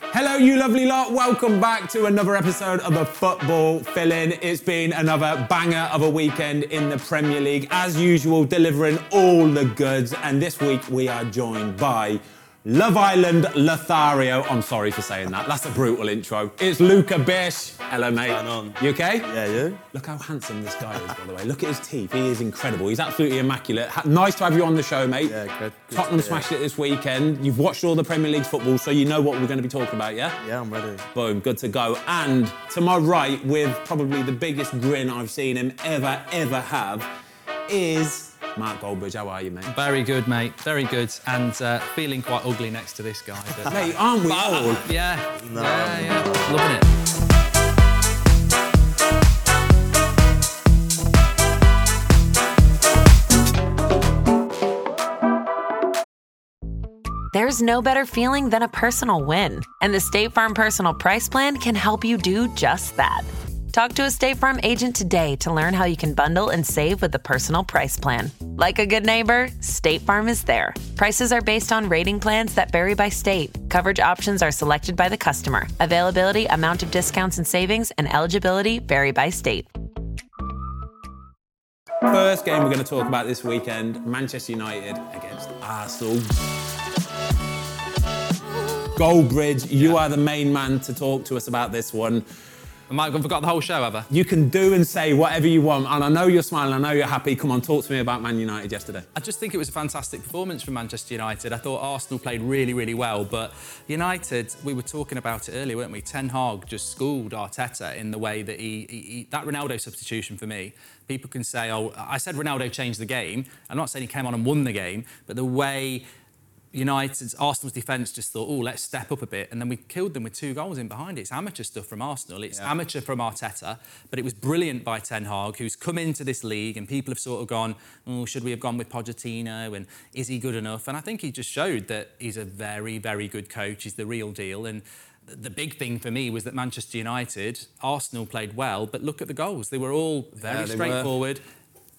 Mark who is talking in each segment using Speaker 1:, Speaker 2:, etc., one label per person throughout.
Speaker 1: Hello, you lovely lot. Welcome back to another episode of the Football Fill In. It's been another banger of a weekend in the Premier League, as usual, delivering all the goods. And this week we are joined by Love Island Lothario. I'm sorry for saying that. That's a brutal intro. It's Luca Bish. Hello, mate.
Speaker 2: going on?
Speaker 1: You okay?
Speaker 2: Yeah, you?
Speaker 1: Look how handsome this guy is, by the way. Look at his teeth. He is incredible. He's absolutely immaculate. Ha- nice to have you on the show, mate.
Speaker 2: Yeah, good- good
Speaker 1: Tottenham
Speaker 2: to hear.
Speaker 1: smashed it this weekend. You've watched all the Premier League football, so you know what we're going to be talking about, yeah?
Speaker 2: Yeah, I'm ready.
Speaker 1: Boom, good to go. And to my right, with probably the biggest grin I've seen him ever, ever have, is Mark Goldbridge. How are you, mate?
Speaker 3: Very good, mate. Very good. And uh, feeling quite ugly next to this guy. But,
Speaker 1: Mate, aren't we all?
Speaker 3: yeah.
Speaker 2: No.
Speaker 3: Yeah, yeah. Loving it.
Speaker 4: There's no better feeling than a personal win. And the State Farm Personal Price Plan can help you do just that. Talk to a State Farm agent today to learn how you can bundle and save with the Personal Price Plan. Like a good neighbor, State Farm is there. Prices are based on rating plans that vary by state. Coverage options are selected by the customer. Availability, amount of discounts and savings, and eligibility vary by state.
Speaker 1: First game we're going to talk about this weekend Manchester United against Arsenal. Goldbridge, you are the main man to talk to us about this one.
Speaker 3: Am I forgot the whole show, have I?
Speaker 1: You can do and say whatever you want, and I know you're smiling, I know you're happy. Come on, talk to me about Man United yesterday.
Speaker 3: I just think it was a fantastic performance from Manchester United. I thought Arsenal played really, really well, but United, we were talking about it earlier, weren't we? Ten Hag just schooled Arteta in the way that he, he, he that Ronaldo substitution for me. People can say, "Oh, I said Ronaldo changed the game." I'm not saying he came on and won the game, but the way United's Arsenal's defence just thought, oh, let's step up a bit, and then we killed them with two goals in behind. It's amateur stuff from Arsenal. It's amateur from Arteta, but it was brilliant by Ten Hag, who's come into this league, and people have sort of gone, oh, should we have gone with Pochettino, and is he good enough? And I think he just showed that he's a very, very good coach. He's the real deal, and. th- The big thing for me was that Manchester United, Arsenal played well, but look at the goals. They were all very
Speaker 2: they were.
Speaker 3: straightforward.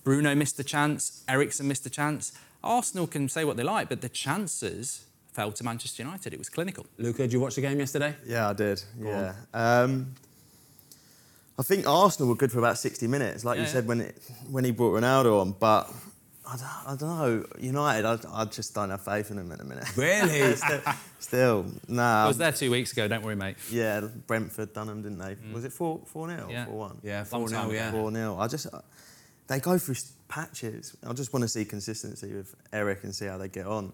Speaker 3: Bruno missed the chance, Ericsson missed the chance. Arsenal can say what they like, but the chances fell to Manchester United. It was clinical.
Speaker 1: Luca, did you watch the game yesterday?
Speaker 2: Yeah, I did. yeah. Um, I think Arsenal were good for about 60 minutes, like you
Speaker 3: Yeah,
Speaker 2: said
Speaker 3: yeah.
Speaker 2: when it, when he brought Ronaldo on, but I don't, I don't know. United, I, I just don't have faith in them in a minute.
Speaker 1: Really?
Speaker 2: Still, nah.
Speaker 3: I was there two weeks ago, don't worry, mate.
Speaker 2: Yeah, Brentford done them, didn't they? Was it 4 4 0?
Speaker 3: Mm. Yeah.
Speaker 2: 4 1?
Speaker 1: yeah,
Speaker 3: Long
Speaker 1: 4
Speaker 3: time
Speaker 1: 0, yeah.
Speaker 2: 4 0. I just, they go through s- patches. I just want to see consistency with Eric and see how they get on.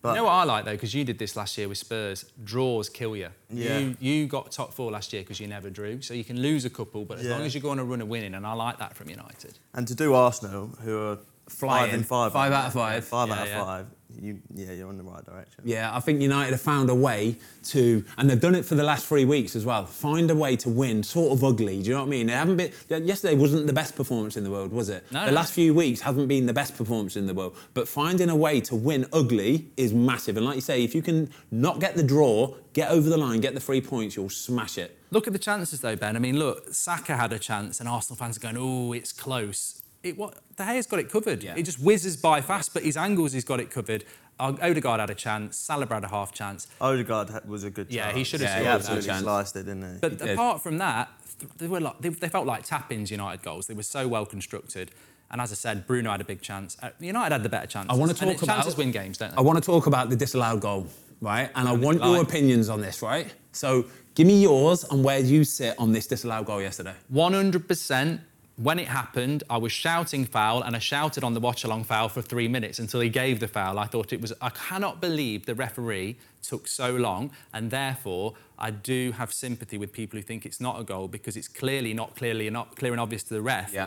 Speaker 2: But
Speaker 3: You know what I like though, because you did this last year with Spurs. Draws kill you.
Speaker 2: Yeah.
Speaker 3: You you got top four last year because you never drew, so you can lose a couple, but as
Speaker 2: Yeah.
Speaker 3: long as you go on a run of winning, and I like that from United.
Speaker 2: And to do Arsenal, who are
Speaker 1: Flying.
Speaker 2: five and five,
Speaker 1: Five out of
Speaker 2: yeah,
Speaker 1: five.
Speaker 2: five
Speaker 3: Yeah,
Speaker 2: out
Speaker 3: yeah.
Speaker 2: of five. You, yeah, you're in the right direction.
Speaker 1: Yeah, I think United have found a way to, and they've done it for the last three weeks as well. Find a way to win, sort of ugly. Do you know what I mean? They haven't been. Yesterday wasn't the best performance in the world, was it?
Speaker 3: No,
Speaker 1: the
Speaker 3: no.
Speaker 1: last few weeks haven't been the best performance in the world. But finding a way to win ugly is massive. And like you say, if you can not get the draw, get over the line, get the three points, you'll smash it.
Speaker 3: Look at the chances though, Ben. I mean, look, Saka had a chance, and Arsenal fans are going, "Oh, it's close." It what De Gea's got it covered.
Speaker 1: Yeah.
Speaker 3: It just whizzes by fast, but his angles, he's got it covered. Uh, Odegaard had a chance. Salah had a half chance.
Speaker 2: Odegaard ha- was a good.
Speaker 3: Yeah,
Speaker 2: chance.
Speaker 3: he should have
Speaker 1: Yeah,
Speaker 2: He
Speaker 3: scored.
Speaker 1: had a
Speaker 2: absolutely
Speaker 1: chance.
Speaker 2: sliced it, didn't he?
Speaker 3: But
Speaker 1: did.
Speaker 3: apart from that, th- they were like, they, they felt like tap-ins United goals. They were so well constructed. And as I said, Bruno had a big chance. Uh, United had the better chance.
Speaker 1: I want to
Speaker 3: and
Speaker 1: talk
Speaker 3: it's
Speaker 1: about
Speaker 3: chances win games, don't
Speaker 1: I
Speaker 3: they?
Speaker 1: want to talk about the disallowed goal, right? And I want your
Speaker 3: line.
Speaker 1: opinions on this, right? So give me yours and where you sit on this disallowed goal yesterday.
Speaker 3: 100%. When it happened, I was shouting foul and I shouted on the watch along foul for three minutes until he gave the foul. I thought it was, I cannot believe the referee took so long. And therefore, I do have sympathy with people who think it's not a goal because it's clearly not clearly not clear and obvious to the ref.
Speaker 1: Yeah.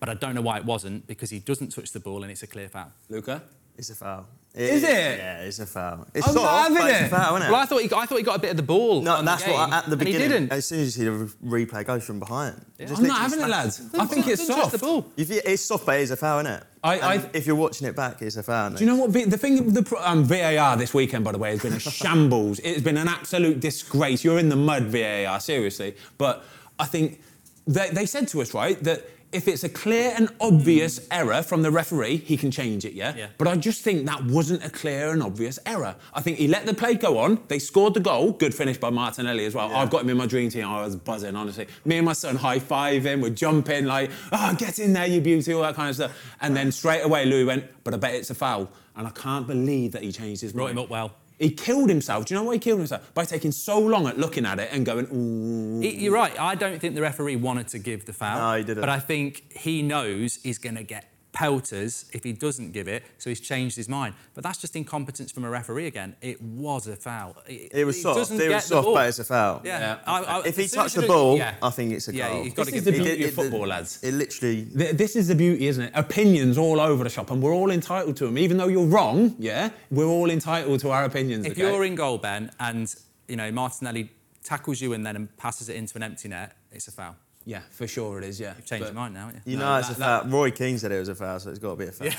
Speaker 3: But I don't know why it wasn't because he doesn't touch the ball and it's a clear foul.
Speaker 1: Luca.
Speaker 2: It's a foul.
Speaker 1: Is it?
Speaker 2: Yeah, it's a foul. It's
Speaker 1: I'm not
Speaker 2: soft, but
Speaker 1: having
Speaker 2: it's
Speaker 1: it.
Speaker 2: a foul, isn't it?
Speaker 3: Well, I thought he, I thought he got a bit of the ball.
Speaker 2: no,
Speaker 3: on the
Speaker 2: that's what
Speaker 3: game,
Speaker 2: I, at the
Speaker 3: and
Speaker 2: beginning.
Speaker 3: he didn't.
Speaker 2: As soon as you see the re- replay, it goes from behind. Just
Speaker 1: I'm not
Speaker 2: literally
Speaker 1: having it,
Speaker 2: smack-
Speaker 1: lads. I think it's
Speaker 3: Didn't touch
Speaker 1: soft.
Speaker 3: the ball.
Speaker 2: If you, it's soft, but it's a foul, isn't it?
Speaker 1: I-
Speaker 2: And
Speaker 1: I-
Speaker 2: if you're watching it back, it's a foul.
Speaker 1: Do you know what V- the thing? The pro- um, VAR this weekend, by the way, has been a shambles. It has been an absolute disgrace. You're in the mud, VAR, seriously. But I think they, they said to us right that if it's a clear and obvious error from the referee, he can change it, yeah?
Speaker 3: Yeah.
Speaker 1: But I just think that wasn't a clear and obvious error. I think he let the play go on. They scored the goal. Good finish by Martinelli as well. I've got him in my dream team. I was buzzing, honestly. Me and my son high fiving, we're jumping, like, oh, get in there, you beauty, all that kind of stuff. And then straight away, Louis went, but I bet it's a foul. And I can't believe that he changed his
Speaker 3: Brought him
Speaker 1: mind.
Speaker 3: up well.
Speaker 1: He killed himself. Do you know why he killed himself? By taking so long at looking at it and going, ooh.
Speaker 3: He- You're right. I don't think the referee wanted to give the foul.
Speaker 2: No, he didn't.
Speaker 3: But I think he knows he's going to get pelters if he doesn't give it, so he's changed his mind. But that's just incompetence from a referee again. It was a foul.
Speaker 2: It was
Speaker 3: he
Speaker 2: soft.
Speaker 3: doesn't
Speaker 2: It was
Speaker 3: get the
Speaker 2: soft,
Speaker 3: ball.
Speaker 2: but it's a foul.
Speaker 3: Yeah.
Speaker 1: Yeah.
Speaker 3: I-
Speaker 2: If
Speaker 3: I-
Speaker 2: he
Speaker 3: as soon as
Speaker 2: touched
Speaker 3: you
Speaker 2: the
Speaker 3: do-
Speaker 2: ball,
Speaker 3: yeah.
Speaker 2: I think it's a
Speaker 3: Yeah,
Speaker 2: goal.
Speaker 3: you've got
Speaker 1: This
Speaker 3: to
Speaker 1: is
Speaker 3: give
Speaker 1: the
Speaker 3: it-
Speaker 1: beauty
Speaker 2: It-
Speaker 1: of
Speaker 2: it-
Speaker 1: football, lads.
Speaker 2: It literally
Speaker 1: Th- This is the beauty, isn't it? Opinions all over the shop, and we're all entitled to them. Even though you're wrong, yeah, we're all entitled to our opinions.
Speaker 3: If
Speaker 1: okay?
Speaker 3: you're in goal, Ben, and you know Martinelli tackles you and then passes it into an empty net, it's a foul.
Speaker 1: yeah, for sure it is. Yeah,
Speaker 3: You've changed your mind now, haven't you?
Speaker 2: You know, it's a foul. Roy Keane said it was a foul, so it's got to be a foul.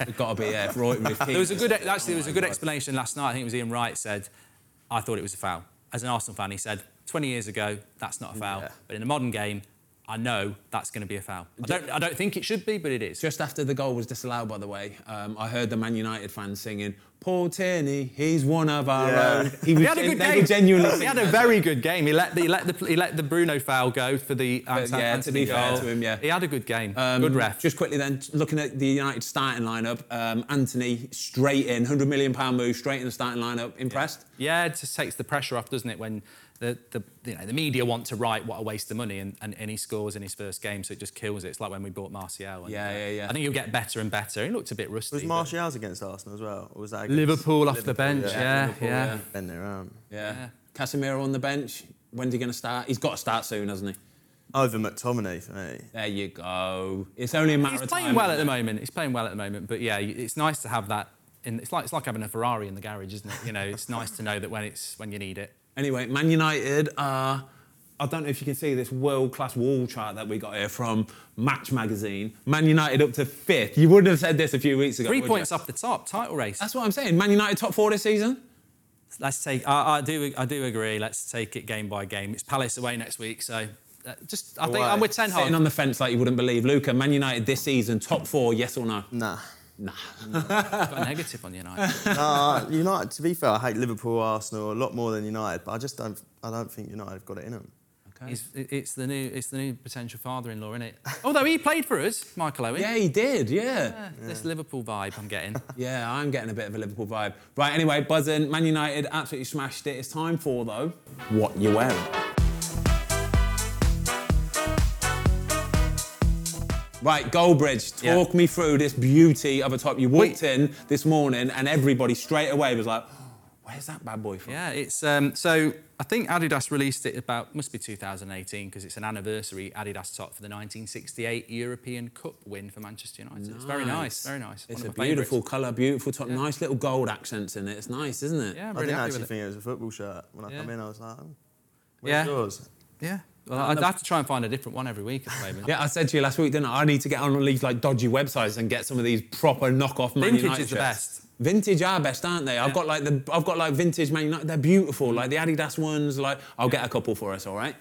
Speaker 1: It's got to be there. Right, with
Speaker 3: There was a good actually there was a good explanation last night. I think it was Ian Wright said, I thought it was a foul. As an Arsenal fan, he said, 20 years ago, that's not a foul.
Speaker 2: Yeah.
Speaker 3: But in a modern game, I know that's going to be a foul. I don't, I don't think it should be, but it is.
Speaker 1: Just after the goal was disallowed, by the way, um, I heard the Man United fans singing, "Paul Tierney, he's one of our
Speaker 2: Yeah.
Speaker 1: own." He, was
Speaker 3: He had a
Speaker 1: gen-
Speaker 3: good
Speaker 1: they
Speaker 3: game.
Speaker 1: were genuinely.
Speaker 3: he
Speaker 1: singing
Speaker 3: had a
Speaker 1: that.
Speaker 3: very good game. He let the he let the he let the Bruno foul go for the Anton-
Speaker 1: yeah, to be
Speaker 3: Anthony
Speaker 1: fair
Speaker 3: goal.
Speaker 1: to him, yeah. Um,
Speaker 3: He had a good game. good ref.
Speaker 1: Just quickly then, looking at the United starting lineup, um, Anthony straight in, hundred million pound move straight in the starting lineup. Impressed?
Speaker 3: Yeah, it just takes the pressure off, doesn't it? When the, the you know the media want to write what a waste of money, and, and, and he scores in his first game, so it just kills it. It's like when we bought Martial. And, uh,
Speaker 1: Yeah, yeah, yeah.
Speaker 3: I think he'll get better and better. He looked a bit rusty.
Speaker 2: Was
Speaker 3: but-
Speaker 2: Martial's against Arsenal as well? Or was that against
Speaker 3: Liverpool off the bench.
Speaker 2: yeah.
Speaker 3: Yeah, yeah.
Speaker 1: Liverpool, yeah.
Speaker 2: Been there, um, aren't we?
Speaker 1: Yeah. Casemiro on the bench. When's he going to start? He's got to start soon, hasn't he?
Speaker 2: Over McTominay for me.
Speaker 1: There you go. It's only a matter
Speaker 3: He's
Speaker 1: of
Speaker 3: playing
Speaker 1: time.
Speaker 3: well at the moment. He's playing well at the moment, but yeah, it's nice to have that. In, it's like it's like having a Ferrari in the garage, isn't it? You know, it's nice to know that when it's when you need it.
Speaker 1: Anyway, Man United are. I don't know if you can see this world-class wall chart that we got here from Match Magazine. Man United up to fifth. You wouldn't have said this a few weeks ago.
Speaker 3: Three
Speaker 1: would
Speaker 3: points
Speaker 1: you?
Speaker 3: off the top, title race.
Speaker 1: That's what I'm saying. Man United top four this season.
Speaker 3: Let's take. I, I do. I do agree. Let's take it game by game. It's Palace away next week, so uh, just. I think
Speaker 2: Away.
Speaker 3: I'm with Ten Hag.
Speaker 1: Sitting on the fence like you wouldn't believe. Luca, Man United this season top four. Yes or no?
Speaker 2: Nah.
Speaker 1: Nah.
Speaker 3: got a negative on United.
Speaker 2: Nah, United, to be fair, I hate Liverpool, Arsenal a lot more than United, but I just don't, I don't think United have got it in them.
Speaker 1: Okay.
Speaker 3: It's, it's the new. It's the new potential father-in-law, isn't it? Although he played for us, Michael Owen.
Speaker 1: Yeah, he did. yeah.
Speaker 3: Yeah, This Liverpool vibe I'm getting.
Speaker 1: Yeah, I'm getting a bit of a Liverpool vibe. Right, anyway, buzzing. Man United absolutely smashed it. It's time for, though, what you wearing. Right, Goldbridge,
Speaker 3: Yeah.
Speaker 1: talk me through this beauty of a top. You walked in this morning and everybody straight away was like, where's that bad boy from?
Speaker 3: Yeah, it's um, so I think Adidas released it about must be 2018 because it's an anniversary Adidas top for the 1968 European Cup win for Manchester United. It's very nice, very nice.
Speaker 1: It's
Speaker 3: One
Speaker 1: a
Speaker 3: of my favourites.
Speaker 1: beautiful colour, beautiful top, nice little gold accents in it. It's nice, isn't it?
Speaker 3: Yeah, I'm
Speaker 2: I
Speaker 3: really
Speaker 2: didn't
Speaker 3: happy
Speaker 2: actually
Speaker 3: with it.
Speaker 2: think it was a football shirt. When I
Speaker 3: Yeah.
Speaker 2: come in, I was like, oh,
Speaker 3: Yeah.
Speaker 2: where's yours?
Speaker 3: Yeah. Well, I'd have to try and find a different one every week at the moment.
Speaker 1: Yeah, I said to you last week, didn't I? I need to get on all these like dodgy websites and get some of these proper knockoff Man
Speaker 3: Vintage
Speaker 1: United
Speaker 3: is the
Speaker 1: shirts.
Speaker 3: best.
Speaker 1: Vintage are best, aren't they? I've got like the I've got like vintage Man United. They're beautiful,
Speaker 3: Mm.
Speaker 1: like the Adidas ones. Like I'll get a couple for us, all right?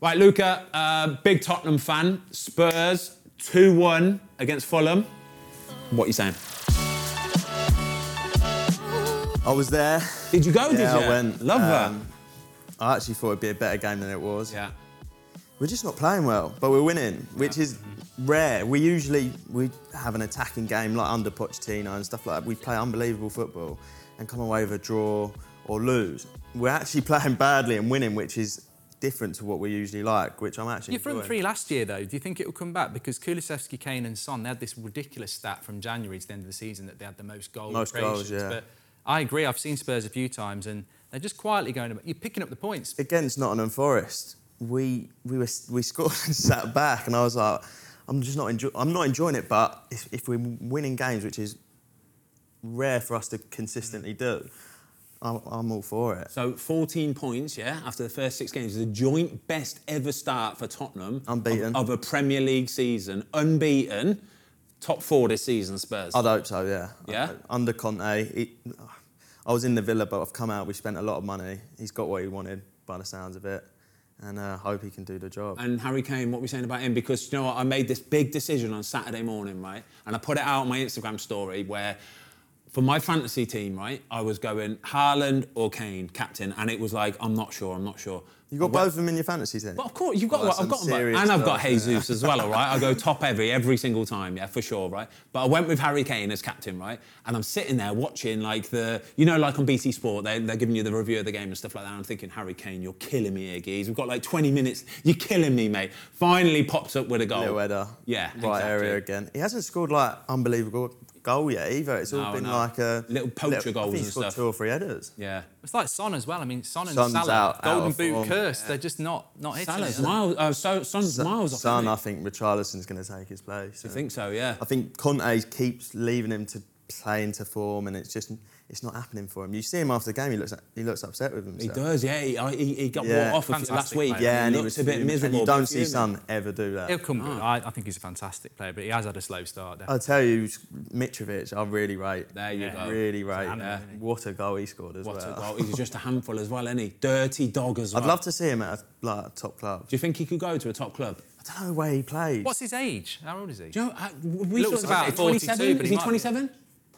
Speaker 1: Right, Luca, uh, big Tottenham fan. Spurs two one against Fulham. What you saying?
Speaker 2: I was there.
Speaker 1: Did you go? did you?
Speaker 2: Yeah, I went.
Speaker 1: Love
Speaker 2: Um, I actually thought it'd be a better game than it was.
Speaker 1: that. Yeah.
Speaker 2: We're just not playing well, but we're winning, which is rare. We usually we have an attacking game like under Pochettino and stuff like that. We play unbelievable football and come away with a draw or lose. We're actually playing badly and winning, which is different to what we usually like, which I'm actually
Speaker 3: Your front
Speaker 2: enjoying.
Speaker 3: three last year, though, do you think it will come back? Because Kulisevsky, Kane, and Son, they had this ridiculous stat from January to the end of the season that they had the most goal
Speaker 2: Most goals,
Speaker 3: creations.
Speaker 2: yeah.
Speaker 3: But I agree. I've seen Spurs a few times, and they're just quietly going. about- You're picking up the points.
Speaker 2: against Nottingham Forest, we we were we scored and sat back, and I was like, I'm just not enjoy- I'm not enjoying it. But if, if we're winning games, which is rare for us to consistently do, I'm, I'm all for it.
Speaker 1: So 14 points, yeah, after the first six games. The joint best ever start for Tottenham.
Speaker 2: Unbeaten.
Speaker 1: Of, of a Premier League season. Unbeaten. Top four this season, Spurs.
Speaker 2: I'd hope so, yeah. I'd
Speaker 1: Yeah?
Speaker 2: hope- Under Conte, it, I was in the villa, but I've come out. We spent a lot of money. He's got what he wanted, by the sounds of it. and uh, hope he can do the job.
Speaker 1: And Harry Kane, what were we saying about him? Because you know what, I made this big decision on Saturday morning, right? And I put it out on my Instagram story where for my fantasy team, right, I was going Haaland or Kane, captain, and it was like, I'm not sure, I'm not sure.
Speaker 2: you got both of them in your fantasy team.
Speaker 1: But of course, you've got
Speaker 2: Well,
Speaker 1: well,
Speaker 2: that's
Speaker 1: I've got
Speaker 2: some
Speaker 1: them,
Speaker 2: serious
Speaker 1: and I've got
Speaker 2: stuff,
Speaker 1: Jesus as well. All right, I go top heavy every single time, yeah, for sure, right. But I went with Harry Kane as captain, right, and I'm sitting there watching like the, you know, like on BT Sport, they, they're giving you the review of the game and stuff like that. I'm thinking, Harry Kane, you're killing me, here, geez. We've got like 20 minutes. You're killing me, mate. Finally pops up with a goal.
Speaker 2: Little header,
Speaker 1: Yeah,
Speaker 2: right
Speaker 1: exactly.
Speaker 2: area again. He hasn't scored like unbelievable goal yet either. It's all
Speaker 1: No,
Speaker 2: been
Speaker 1: no.
Speaker 2: like a
Speaker 1: Little poacher
Speaker 2: I
Speaker 1: goals
Speaker 2: think he
Speaker 1: and
Speaker 2: scored
Speaker 1: stuff.
Speaker 2: two or three headers.
Speaker 1: Yeah.
Speaker 3: It's like Son as well. I mean, Son and
Speaker 2: Son's
Speaker 3: Salah,
Speaker 2: out-
Speaker 3: golden
Speaker 2: out of
Speaker 3: boot
Speaker 2: form.
Speaker 3: curse. They're just not not hitting
Speaker 1: Salah's
Speaker 3: it.
Speaker 1: miles, uh, so, Son's miles off.
Speaker 2: Son,
Speaker 1: isn't
Speaker 2: I
Speaker 1: he?
Speaker 2: think Richarlison's going to take his place.
Speaker 1: I think so, yeah.
Speaker 2: I think Conte keeps leaving him to play into form, and it's just it's not happening for him. You see him after the game; he looks he looks upset with
Speaker 1: He
Speaker 2: himself.
Speaker 1: does, yeah. He, I- he, he got
Speaker 2: Yeah.
Speaker 1: bought off a few- last
Speaker 3: Fantastic
Speaker 1: week.
Speaker 3: player.
Speaker 2: Yeah, and he
Speaker 1: looked
Speaker 2: was
Speaker 1: a bit
Speaker 2: fuming. And
Speaker 1: miserable.
Speaker 2: you
Speaker 1: but
Speaker 2: don't see
Speaker 1: fuming.
Speaker 2: Son ever do that.
Speaker 3: He'll come good. I, I think he's a fantastic player, but he has had a slow start.
Speaker 2: I'll tell you, Mitrovic, I really rate.
Speaker 1: There you
Speaker 3: Yeah.
Speaker 1: go.
Speaker 2: Really rate.
Speaker 3: animal,
Speaker 2: Yeah.
Speaker 3: isn't he?
Speaker 2: What a goal he scored as
Speaker 1: What
Speaker 2: well.
Speaker 1: a goal. He's just a handful as well, isn't he? Dirty dog as well.
Speaker 2: I'd love to see him at a like, a top club.
Speaker 1: Do you think he could go to a top club?
Speaker 2: I don't know where he plays.
Speaker 3: What's his age? How old is he?
Speaker 1: Do you know, uh, we
Speaker 3: Looks
Speaker 1: thought he
Speaker 3: about
Speaker 1: was 27.
Speaker 3: 42, but
Speaker 1: Is
Speaker 3: he
Speaker 1: he
Speaker 3: might be.
Speaker 1: 27?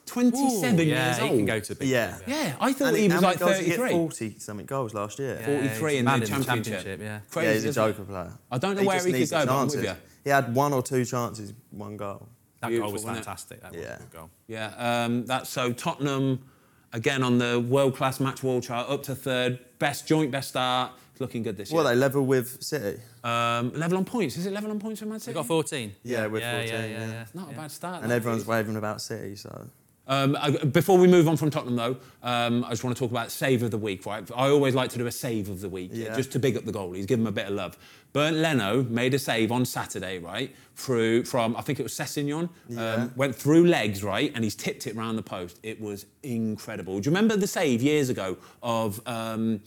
Speaker 1: 27
Speaker 3: Ooh,
Speaker 1: years
Speaker 3: yeah,
Speaker 1: old.
Speaker 3: he can go to a big.
Speaker 2: yeah.
Speaker 1: Yeah, I thought
Speaker 2: And
Speaker 1: he was
Speaker 2: how many
Speaker 1: like
Speaker 2: goals did he get?
Speaker 1: 33.
Speaker 2: 40 something goals last year.
Speaker 3: Yeah,
Speaker 1: 43
Speaker 3: he's
Speaker 1: in the
Speaker 3: mad in the
Speaker 1: championship.
Speaker 3: Championship, yeah.
Speaker 1: Crazy,
Speaker 2: yeah, he's a
Speaker 1: isn't it?
Speaker 2: joker player.
Speaker 1: I don't know
Speaker 2: He
Speaker 1: where
Speaker 2: just
Speaker 1: he could
Speaker 2: needs the
Speaker 1: go, but I'm with
Speaker 2: chances.
Speaker 1: you.
Speaker 2: He had one or two chances, one goal.
Speaker 3: That
Speaker 1: Beautiful,
Speaker 3: goal was
Speaker 1: wasn't it?
Speaker 3: fantastic. That was
Speaker 2: Yeah.
Speaker 3: a good goal.
Speaker 1: Yeah, um, that's so Tottenham again on the world class match wall chart, up to third, best joint, best start. It's looking good this
Speaker 2: Well,
Speaker 1: year.
Speaker 2: they level with City.
Speaker 1: um, level on points. Is it level on points for Man City?
Speaker 3: They got 14.
Speaker 2: Yeah, we're
Speaker 3: yeah,
Speaker 2: 14,
Speaker 3: Yeah,
Speaker 2: yeah.
Speaker 3: yeah, yeah.
Speaker 1: Not a bad start.
Speaker 2: and
Speaker 1: that
Speaker 2: everyone's
Speaker 1: is.
Speaker 2: waving about City, so.
Speaker 1: Um, I- before we move on from Tottenham, though, um, I just want to talk about save of the week, right? I always like to do a save of the week,
Speaker 2: Yeah.
Speaker 1: just to big up the goalies, give them a bit of love. Bernd Leno made a save on Saturday, right? Through from I think it was Sessignon,
Speaker 2: Yeah.
Speaker 1: um, went through legs, right, and he's tipped it round the post. It was incredible. Do you remember the save years ago of? Um,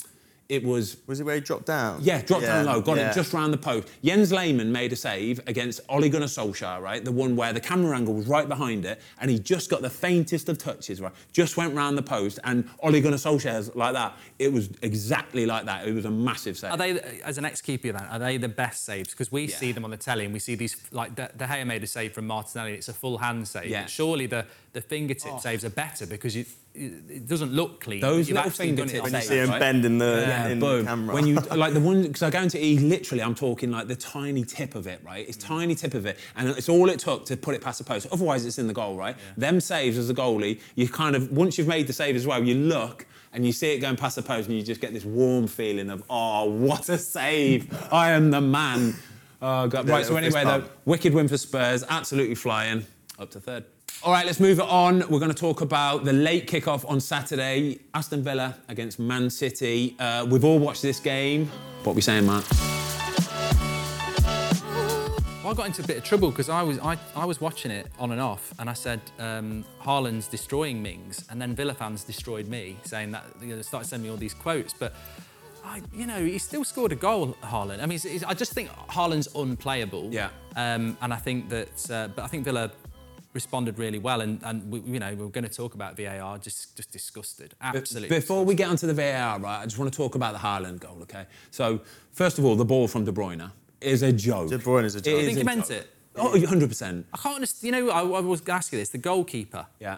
Speaker 1: it was
Speaker 2: Was it where he dropped down?
Speaker 1: yeah, dropped down low, got
Speaker 2: yeah.
Speaker 1: it just round the post. Jens Lehmann made a save against Ole Gunnar Solskjaer, right? The one where the camera angle was right behind it, and he just got the faintest of touches, right? Just went round the post, and Ole Gunnar Solskjaer's like that. It was exactly like that. It was a massive save.
Speaker 3: Are they, as an ex-keeper, then, are they the best saves? Because we see them on the telly, and we see these, like, De De Gea made a save from Martinelli. It's a full hand save.
Speaker 1: Yeah. Oh.
Speaker 3: Surely the, the fingertip saves are better because you, it doesn't look clean. but
Speaker 1: Those
Speaker 3: you've
Speaker 1: little
Speaker 3: actually done it
Speaker 1: fingertip
Speaker 3: on
Speaker 2: When you
Speaker 1: saves.
Speaker 2: see him
Speaker 1: Right.
Speaker 2: bending the,
Speaker 1: Yeah,
Speaker 2: in
Speaker 1: boom.
Speaker 2: the camera.
Speaker 1: When you like the one, because I guarantee he literally, I'm talking like the tiny tip of it, right? It's tiny tip of it, and it's all it took to put it past the post. Otherwise, it's in the goal, right? Them saves as a goalie, you kind of once you've made the save as well, you look. And you see it going past the post, and you just get this warm feeling of, oh, what a save! I am the man. Oh, God. Right, so
Speaker 2: little fist
Speaker 1: anyway, though,
Speaker 2: bump.
Speaker 1: wicked win for Spurs, absolutely flying, up to third. All right, let's move it on. We're going to talk about the late kickoff on Saturday, Aston Villa against Man City. Uh, we've all watched this game. What are we saying, Matt?
Speaker 3: Well, I got into a bit of trouble because I was I, I was watching it on and off, and I said um, Haaland's destroying Mings, and then Villa fans destroyed me, saying that you know, they started sending me all these quotes. But I, you know, he still scored a goal, Haaland. I mean, it's, it's- I just think Haaland's unplayable.
Speaker 1: Yeah.
Speaker 3: Um, and I think that, uh, but I think Villa responded really well, and and we, you know we were going to talk about VAR, just just disgusted, absolutely.
Speaker 1: Before we get onto the VAR, right, I just want to talk about the Haaland goal, okay? So, first of all, the ball from De Bruyne is a joke.
Speaker 2: De Bruyne is a joke.
Speaker 1: is
Speaker 2: I
Speaker 3: think
Speaker 1: a
Speaker 3: he meant
Speaker 1: joke.
Speaker 3: it.
Speaker 1: Oh, 100%.
Speaker 3: I can't understand. You know, I, I was going to ask you this: the goalkeeper.
Speaker 1: Yeah.